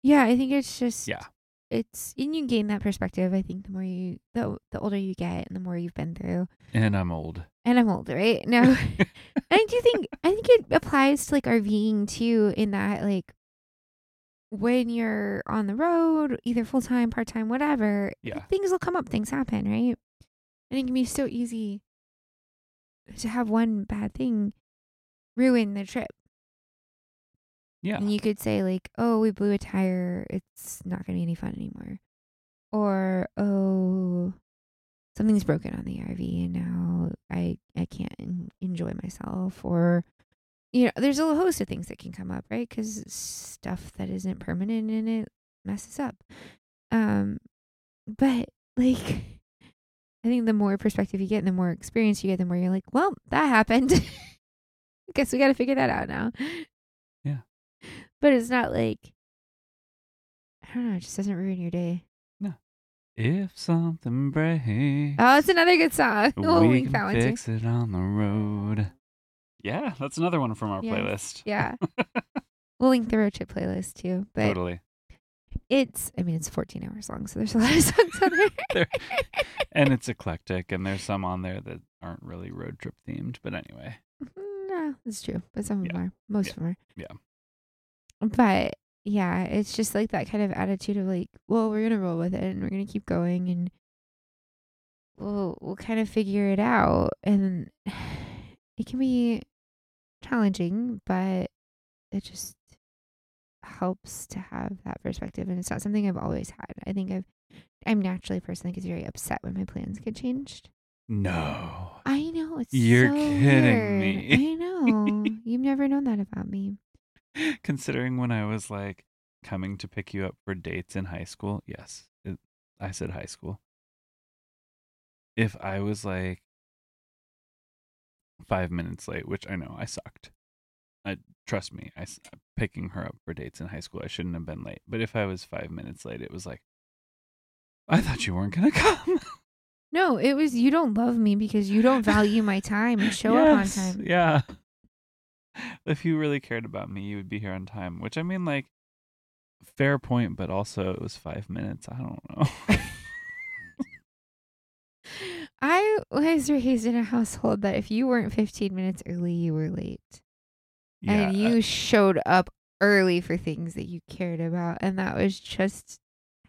S1: Yeah, I think it's just
S2: Yeah.
S1: It's and you gain that perspective, I think, the more you the the older you get and the more you've been through.
S2: and i'm old
S1: And I'm old, right? No. and I do think I think it applies to like RVing too, in that like when you're on the road, either full time, part time, whatever,
S2: Yeah.
S1: things will come up, things happen, right? And it can be so easy to have one bad thing ruin the trip.
S2: yeah
S1: And you could say like, "Oh, we blew a tire. It's not going to be any fun anymore." Or, "Oh, something's broken on the RV and now I I can't en- enjoy myself." Or you know, there's a whole host of things that can come up, right? Cuz stuff that isn't permanent in it messes up. Um but like I think the more perspective you get and the more experience you get, the more you're like, "Well, that happened." Guess we got to figure that out now but it's not like I don't know. It just doesn't ruin your day.
S2: if something breaks
S1: Oh, it's Oh, another good song. We'll
S2: we
S1: link that
S2: can
S1: one too.
S2: fix it on the road yeah that's another one from our
S1: Yes.
S2: playlist
S1: Yeah, we'll link the road trip playlist too. But
S2: totally
S1: it's I mean it's 14 hours long, so there's a lot of songs on there.
S2: There- and it's eclectic and there's some on there that aren't really road trip themed but anyway
S1: no, Mm, it's true, but some of
S2: Yeah.
S1: them are. Most
S2: Yeah.
S1: of them are.
S2: Yeah.
S1: But yeah, it's just like that kind of attitude of like, well, we're gonna roll with it and we're gonna keep going and we'll we'll kind of figure it out. And it can be challenging, but it just helps to have that perspective. And it's not something I've always had. I think I've I'm naturally a person that gets very upset when my plans get changed.
S2: no
S1: I know it's
S2: You're
S1: so
S2: kidding
S1: weird.
S2: me.
S1: I know you've never known that about me.
S2: considering when I was like coming to pick you up for dates in high school. Yes, it, I said high school. If I was like five minutes late, which I know I sucked. I trust me, I s- picking her up for dates in high school. I shouldn't have been late, but if I was five minutes late, it was like, I thought you weren't gonna come.
S1: No, it was you don't love me because you don't value my time and show
S2: Yes,
S1: up on time.
S2: Yeah. If you really cared about me, you would be here on time. Which I mean, like, fair point, but also it was five minutes. I don't know.
S1: I was raised in a household that if you weren't 15 minutes early, you were late,
S2: yeah. uh
S1: and you showed up early for things that you cared about. And that was just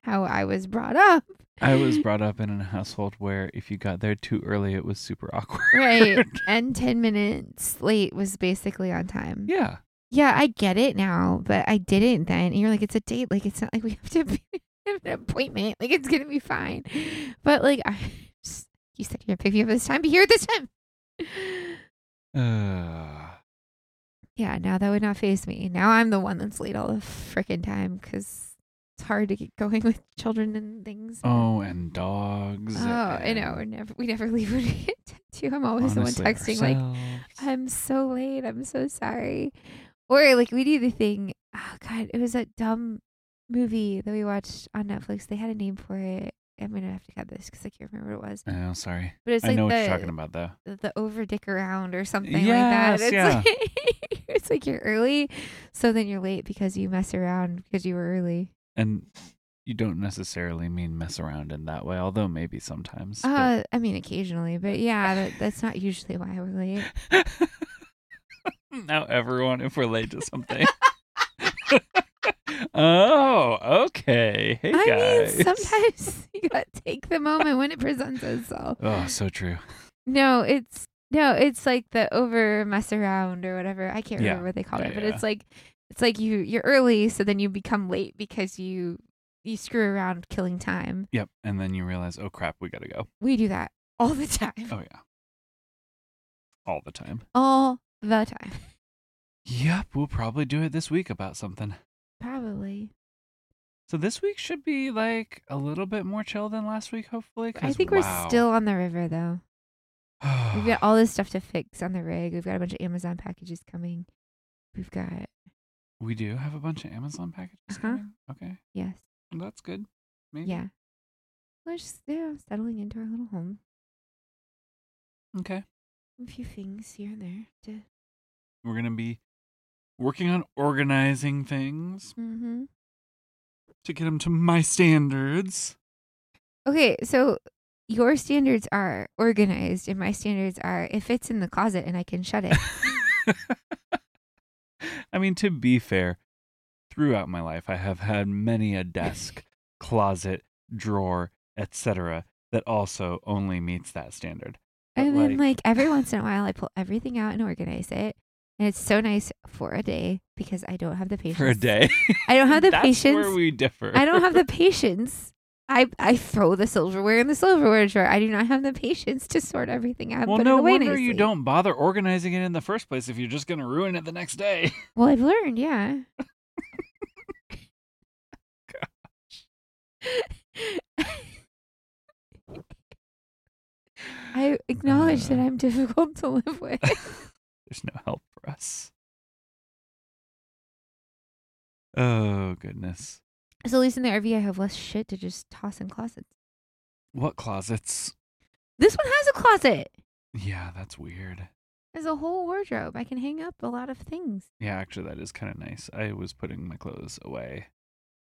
S1: how I was brought up.
S2: I was brought up in a household where if you got there too early, it was super awkward.
S1: Right. and 10 minutes late was basically on time.
S2: yeah.
S1: Yeah, I get it now, but I didn't then. And you're like, it's a date. Like, it's not like we have to be have an appointment. Like, it's going to be fine. But, like, I just, you said you're going to pick me up at this time. Be here at this time.
S2: Uh,
S1: Yeah, now that would not phase me. Now I'm the one that's late all the freaking time because it's hard to get going with children and things.
S2: oh, and dogs.
S1: Oh, I know. We're never, we never leave when we get tattoo. I'm always the one texting, like, I'm so late. I'm so sorry. Or like we do the thing. Oh God, it was that dumb movie that we watched on Netflix. They had a name for it. I'm gonna have to cut this because I can't remember what it was.
S2: oh, sorry.
S1: But it's
S2: I
S1: like
S2: know
S1: the
S2: what you're talking about, though.
S1: the over dick around or something like that.
S2: Yes,
S1: It's
S2: yeah.
S1: like it's like you're early, so then you're late because you mess around because you were early.
S2: And you don't necessarily mean mess around in that way, although maybe sometimes. but-
S1: Uh, I mean occasionally, but yeah, that, that's not usually why we're late. Hmm.
S2: now everyone, if we're late to something. oh, okay. Hey,
S1: I
S2: guys.
S1: mean, sometimes you gotta take the moment when it presents itself.
S2: Oh, so true.
S1: No, it's no, it's like the over mess around or whatever. I can't
S2: Yeah.
S1: remember what they called
S2: Yeah,
S1: it, but
S2: yeah,
S1: it's like it's like you you're early, so then you become late because you you screw around killing time.
S2: Yep. And then you realize, oh crap, we gotta go.
S1: We do that all the time,
S2: Oh yeah. All the time.
S1: all the time,
S2: Yep, we'll probably do it this week about something.
S1: probably.
S2: So this week should be like a little bit more chill than last week, hopefully.
S1: I
S2: 'cause
S1: think
S2: wow.
S1: we're still on the river though. We've got all this stuff to fix on the rig. We've got a bunch of Amazon packages coming. We've got
S2: we do have a bunch of Amazon packages
S1: Uh-huh.
S2: coming. Okay,
S1: yes,
S2: well, that's good. Maybe.
S1: yeah. We're just yeah settling into our little home.
S2: Okay.
S1: A few things here and there to.
S2: We're gonna be working on organizing things
S1: Mm-hmm.
S2: to get them to my standards.
S1: Okay, so your standards are organized, and my standards are if it's in the closet and I can shut it.
S2: I mean, to be fair, throughout my life, I have had many a desk, closet, drawer, etc., that also only meets that standard. But,
S1: and then, like, every once in a while, I pull everything out and organize it. And it's so nice for a day because I don't have the patience.
S2: for a day,
S1: I don't have the
S2: that's
S1: patience.
S2: where we differ.
S1: I don't have the patience. I, I throw the silverware in the silverware drawer. I do not have the patience to sort everything out. and
S2: well,
S1: put
S2: no
S1: it away
S2: wonder you
S1: nicely.
S2: don't bother organizing it in the first place if you're just going to ruin it the next day.
S1: Well, I've learned, yeah. I acknowledge that
S2: Uh.
S1: I'm difficult to live with.
S2: There's no help for us. Oh goodness!
S1: so at least in the RV, I have less shit to just toss in closets.
S2: What closets?
S1: This one has a closet.
S2: Yeah, that's weird.
S1: There's a whole wardrobe. I can hang up a lot of things.
S2: Yeah, actually, that is kind of nice. I was putting my clothes away.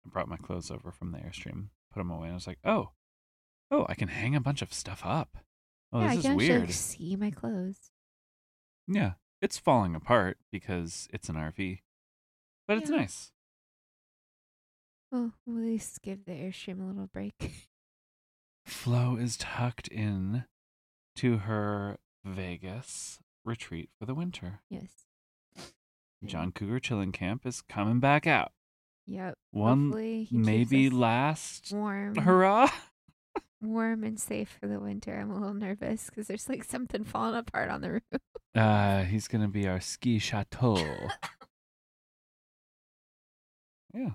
S2: I brought my clothes over from the airstream, put them away, and I was like, oh, oh, I can hang a bunch of stuff up. Oh,
S1: yeah, I
S2: this
S1: can
S2: is
S1: actually like,
S2: weird.
S1: see my clothes.
S2: Yeah, it's falling apart because it's an RV, but it's
S1: Yeah.
S2: nice.
S1: Well, we'll at least give the airstream a little break.
S2: Flo is tucked in to her Vegas retreat for the winter.
S1: Yes.
S2: John Cougar Chilling Camp is coming back out.
S1: Yep.
S2: One
S1: Hopefully he keeps
S2: maybe
S1: us
S2: last
S1: warm.
S2: hurrah.
S1: warm and safe for the winter. I'm a little nervous because there's like something falling apart on the roof.
S2: Uh, he's gonna be our ski chateau. yeah,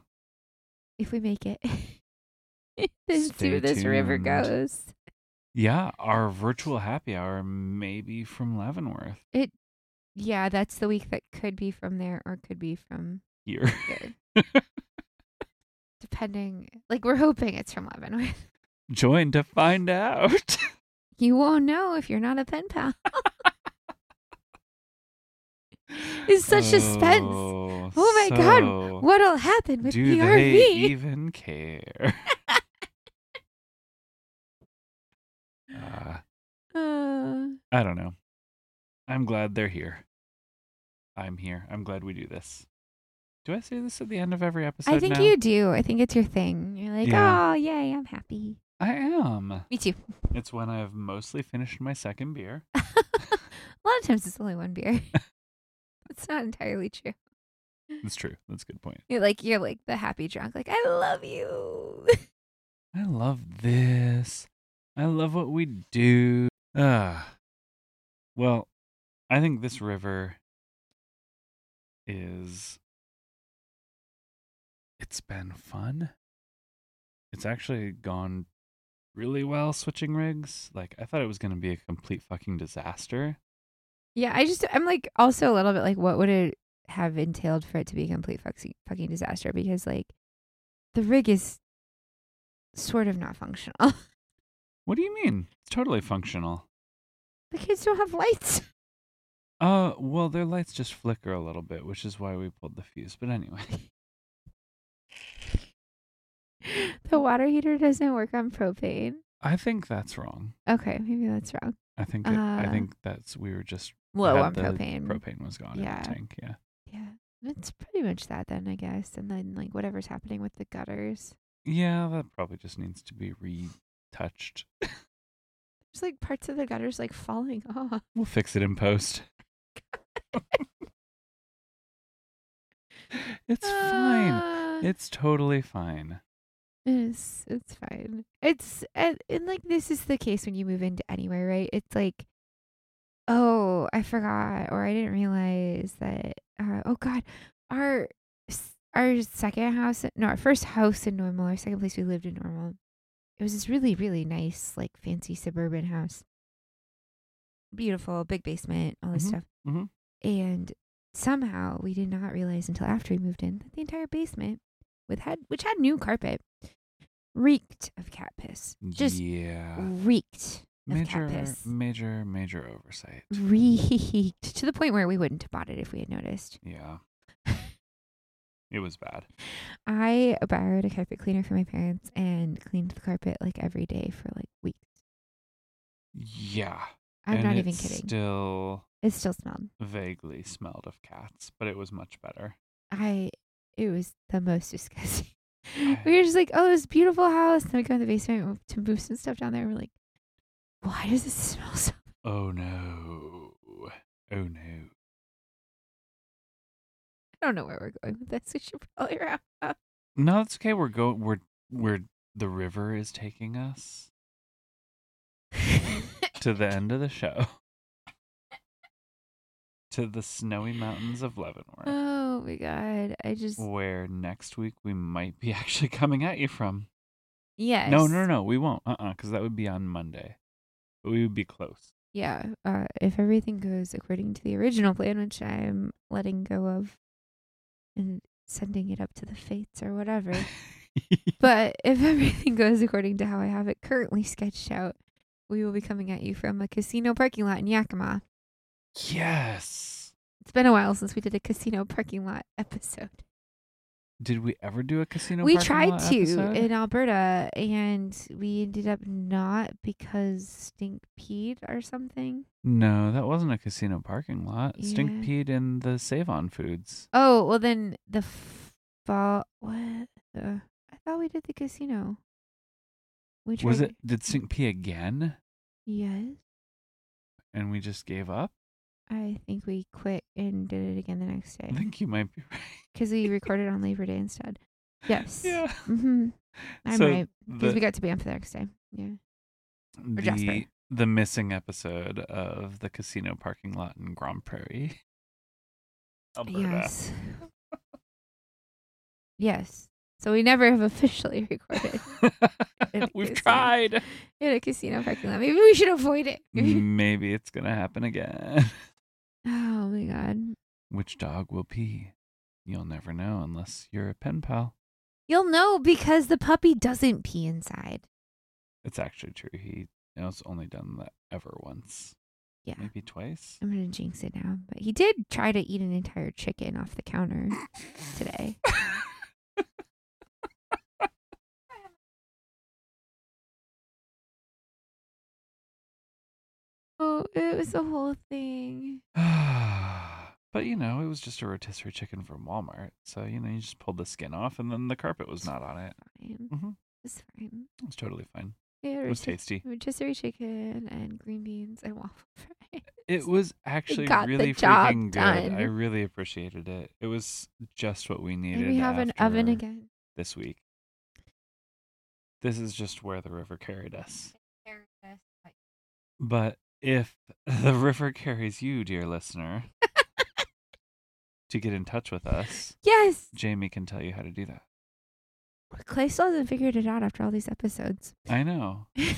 S1: If we make it, then see
S2: Stay
S1: where this river
S2: tuned.
S1: goes.
S2: yeah. Our virtual happy hour, maybe from Leavenworth
S1: Yeah, that's the week that could be from there or could be from
S2: here.
S1: here. Depending, like we're hoping it's from Leavenworth.
S2: Join to find out.
S1: You won't know if you're not a pen pal. It's such suspense.
S2: Oh,
S1: Oh my God,
S2: so
S1: What'll happen with
S2: Do E
S1: the E
S2: they
S1: RV?
S2: even care? uh,
S1: Uh,
S2: I don't know. I'm glad they're here. I'm here. I'm glad we do this. Do I say this at the end of every episode?
S1: I think
S2: now?
S1: you do. I think it's your thing. You're like,
S2: Yeah.
S1: oh, yay, I'm happy.
S2: I am.
S1: Me too.
S2: It's when I have mostly finished my second beer.
S1: a lot of times it's only one beer. it's not entirely true.
S2: That's true. That's a good point.
S1: You're like you're like the happy drunk. Like I love you.
S2: I love this. I love what we do. Ah. Well, I think this river is. It's been fun. It's actually gone really well switching rigs. Like, I thought it was going to be a complete fucking disaster.
S1: yeah, I just I'm like also a little bit like what would it have entailed for it to be a complete fucking fucking disaster? Because like the rig is sort of not functional.
S2: What do you mean? It's totally functional.
S1: the kids don't have lights.
S2: Uh, well, their lights just flicker a little bit, which is why we pulled the fuse. But anyway,
S1: The water heater doesn't work on propane.
S2: I think that's wrong.
S1: Okay, maybe that's wrong.
S2: I think it, I
S1: Uh,
S2: think that's we were just
S1: Low
S2: had
S1: on
S2: the
S1: propane.
S2: Propane was gone
S1: Yeah.
S2: in the tank. Yeah,
S1: Yeah. It's pretty much that then, I guess. And then like whatever's happening with the gutters.
S2: yeah, that probably just needs to be retouched.
S1: There's like parts of the gutters like falling off.
S2: We'll fix it in post. it's fine.
S1: Ah,
S2: It's totally fine.
S1: It's it's fine. It's and, and like this is the case when you move into anywhere, right? It's like, oh, I forgot, or I didn't realize that. Uh, oh God, our s- our second house, no, our first house in Normal, our second place we lived in Normal, it was this really really nice like fancy suburban house, beautiful, big basement, all this
S2: Mhm,
S1: stuff,
S2: mhm.
S1: and somehow we did not realize until after we moved in that the entire basement with had which had new carpet reeked of cat piss just
S2: yeah,
S1: reeked of
S2: major,
S1: cat piss
S2: major, major oversight.
S1: Mm-hmm. reeked to the point where we wouldn't have bought it if we had noticed
S2: Yeah, it was bad.
S1: i borrowed a carpet cleaner from my parents and cleaned the carpet like every day for like weeks
S2: Yeah,
S1: i'm
S2: and
S1: not
S2: it
S1: even kidding
S2: Still
S1: it still smelled
S2: vaguely smelled of cats, but it was much better.
S1: i it was the most disgusting we were just like oh this beautiful house and we go in the basement to move some stuff down there and we're like why does this smell so
S2: Oh no. Oh no.
S1: I don't know where we're going with this. We should probably wrap up.
S2: No, it's okay. We're go we're where the river is taking us to the end of the show. to the snowy mountains of Leavenworth.
S1: oh my god! I just
S2: Where next week we might be actually coming at you from.
S1: yes.
S2: No, no, no, we won't. Uh uh because that would be on Monday. But we would be close.
S1: Yeah. Uh, if everything goes according to the original plan, which I'm letting go of, and sending it up to the fates or whatever. but if everything goes according to how I have it currently sketched out, we will be coming at you from a casino parking lot in Yakima.
S2: yes.
S1: It's been a while since we did a casino parking lot episode.
S2: Did we ever do a casino?
S1: we
S2: parking
S1: tried
S2: lot
S1: to
S2: episode?
S1: in Alberta, and we ended up not because stink peed or something.
S2: No, that wasn't a casino parking lot. Stink
S1: Yeah.
S2: peed in the Save On Foods.
S1: Oh well, then the f- fall. What? The, I thought we did the casino. We tried.
S2: Was it? Did Stink pee again?
S1: Yes,
S2: And we just gave up.
S1: I think we quit and did it again the next
S2: I
S1: day
S2: think you might be right.
S1: because we recorded on Labor Day instead. Yes.
S2: Yeah.
S1: Mm-hmm. I'm
S2: So
S1: right because
S2: the-
S1: we got to Banff the next day. Yeah.
S2: The
S1: Jasper.
S2: the missing episode of the casino parking lot in Grand Prairie, Alberta.
S1: Yes. yes. So we never have officially recorded. It
S2: We've
S1: is, yeah.
S2: tried.
S1: in a casino parking lot. Maybe we should avoid it.
S2: Mm. Maybe it's gonna happen again.
S1: oh my god.
S2: Which dog will pee? You'll never know unless you're a pen pal.
S1: You'll know because the puppy doesn't pee inside.
S2: It's actually true. He has only done that ever once,
S1: Yeah.
S2: maybe twice.
S1: I'm gonna jinx it now. But he did try to eat an entire chicken off the counter today. oh, it was a whole thing.
S2: But you know, it was just a rotisserie chicken from Walmart. So, you know, you just pulled the skin off and then the carpet was not on it.
S1: Fine.
S2: Mhm.
S1: It's fine.
S2: It was totally fine.
S1: Yeah,
S2: It was
S1: rotis-
S2: tasty.
S1: Rotisserie chicken and green beans and waffle fries.
S2: It was actually
S1: got the
S2: really
S1: job
S2: freaking good. I
S1: done.
S2: really appreciated it. It was just what we needed.
S1: And we have an oven
S2: after
S1: again.
S2: this week. This is just where the river carried us. But if the river carries you, dear listener, to get in touch with us,
S1: Yes.
S2: Jamie can tell you how to do that.
S1: Clay still hasn't figured it out after all these episodes.
S2: I know.
S1: you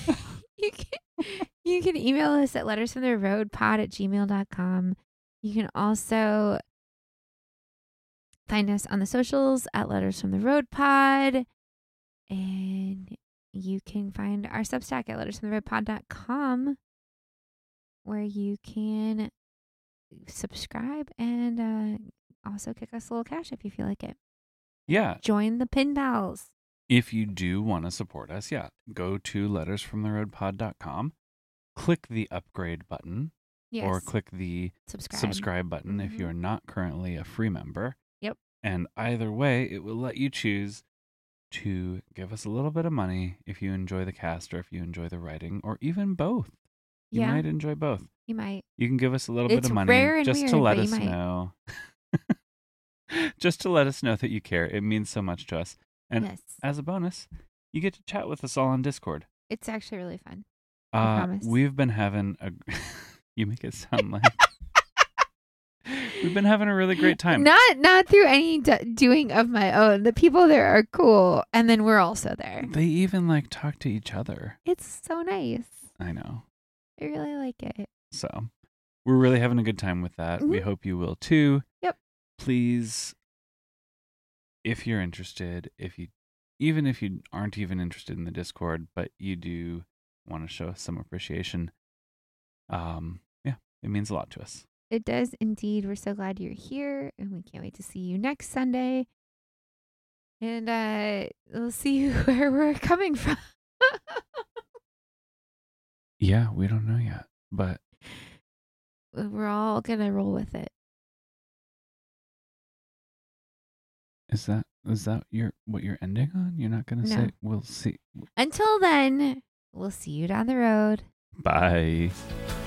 S1: can you can email us at letters from the road pod at gmail.com. You can also find us on the socials at letters from the road pod. And you can find our Substack at letters from the road pod.com where you can subscribe and uh, also kick us a little cash if you feel like it.
S2: Yeah.
S1: Join the pin pals.
S2: If you do want to support us, yeah, go to lettersfromtheroadpod.com, click the upgrade button,
S1: Yes.
S2: or click the
S1: subscribe.
S2: subscribe button if you
S1: Mhm.
S2: are not currently a free member.
S1: Yep.
S2: And either way, it will let you choose to give us a little bit of money if you enjoy the cast or if you enjoy the writing or even both. You
S1: Yeah,
S2: might enjoy both.
S1: you might.
S2: You can give us a little
S1: It's
S2: bit of
S1: rare
S2: money
S1: and
S2: just to
S1: weird,
S2: let
S1: but
S2: us
S1: you might.
S2: know. just to let us know that you care. It means so much to us. And
S1: yes.
S2: As a bonus, you get to chat with us all on Discord.
S1: It's actually really fun. I
S2: Uh,
S1: promise.
S2: we've been having a. you make it sound like we've been having a really great time.
S1: Not not through any d- doing of my own. The people there are cool, and then we're also there.
S2: They even like talk to each other.
S1: It's so nice.
S2: I know.
S1: I really like it.
S2: So we're really having a good time with that. We
S1: Mhm.
S2: hope you will too.
S1: Yep.
S2: Please, if you're interested, if you even if you aren't even interested in the Discord, but you do want to show us some appreciation, um, yeah, it means a lot to us.
S1: It does indeed. We're so glad you're here, and we can't wait to see you next Sunday. And uh, we'll see where we're coming from.
S2: Yeah, we don't know yet, but
S1: we're all gonna roll with it.
S2: is that is that your what you're ending on? You're not gonna
S1: No.
S2: say we'll see.
S1: Until then, we'll see you down the road.
S2: Bye.
S3: Thank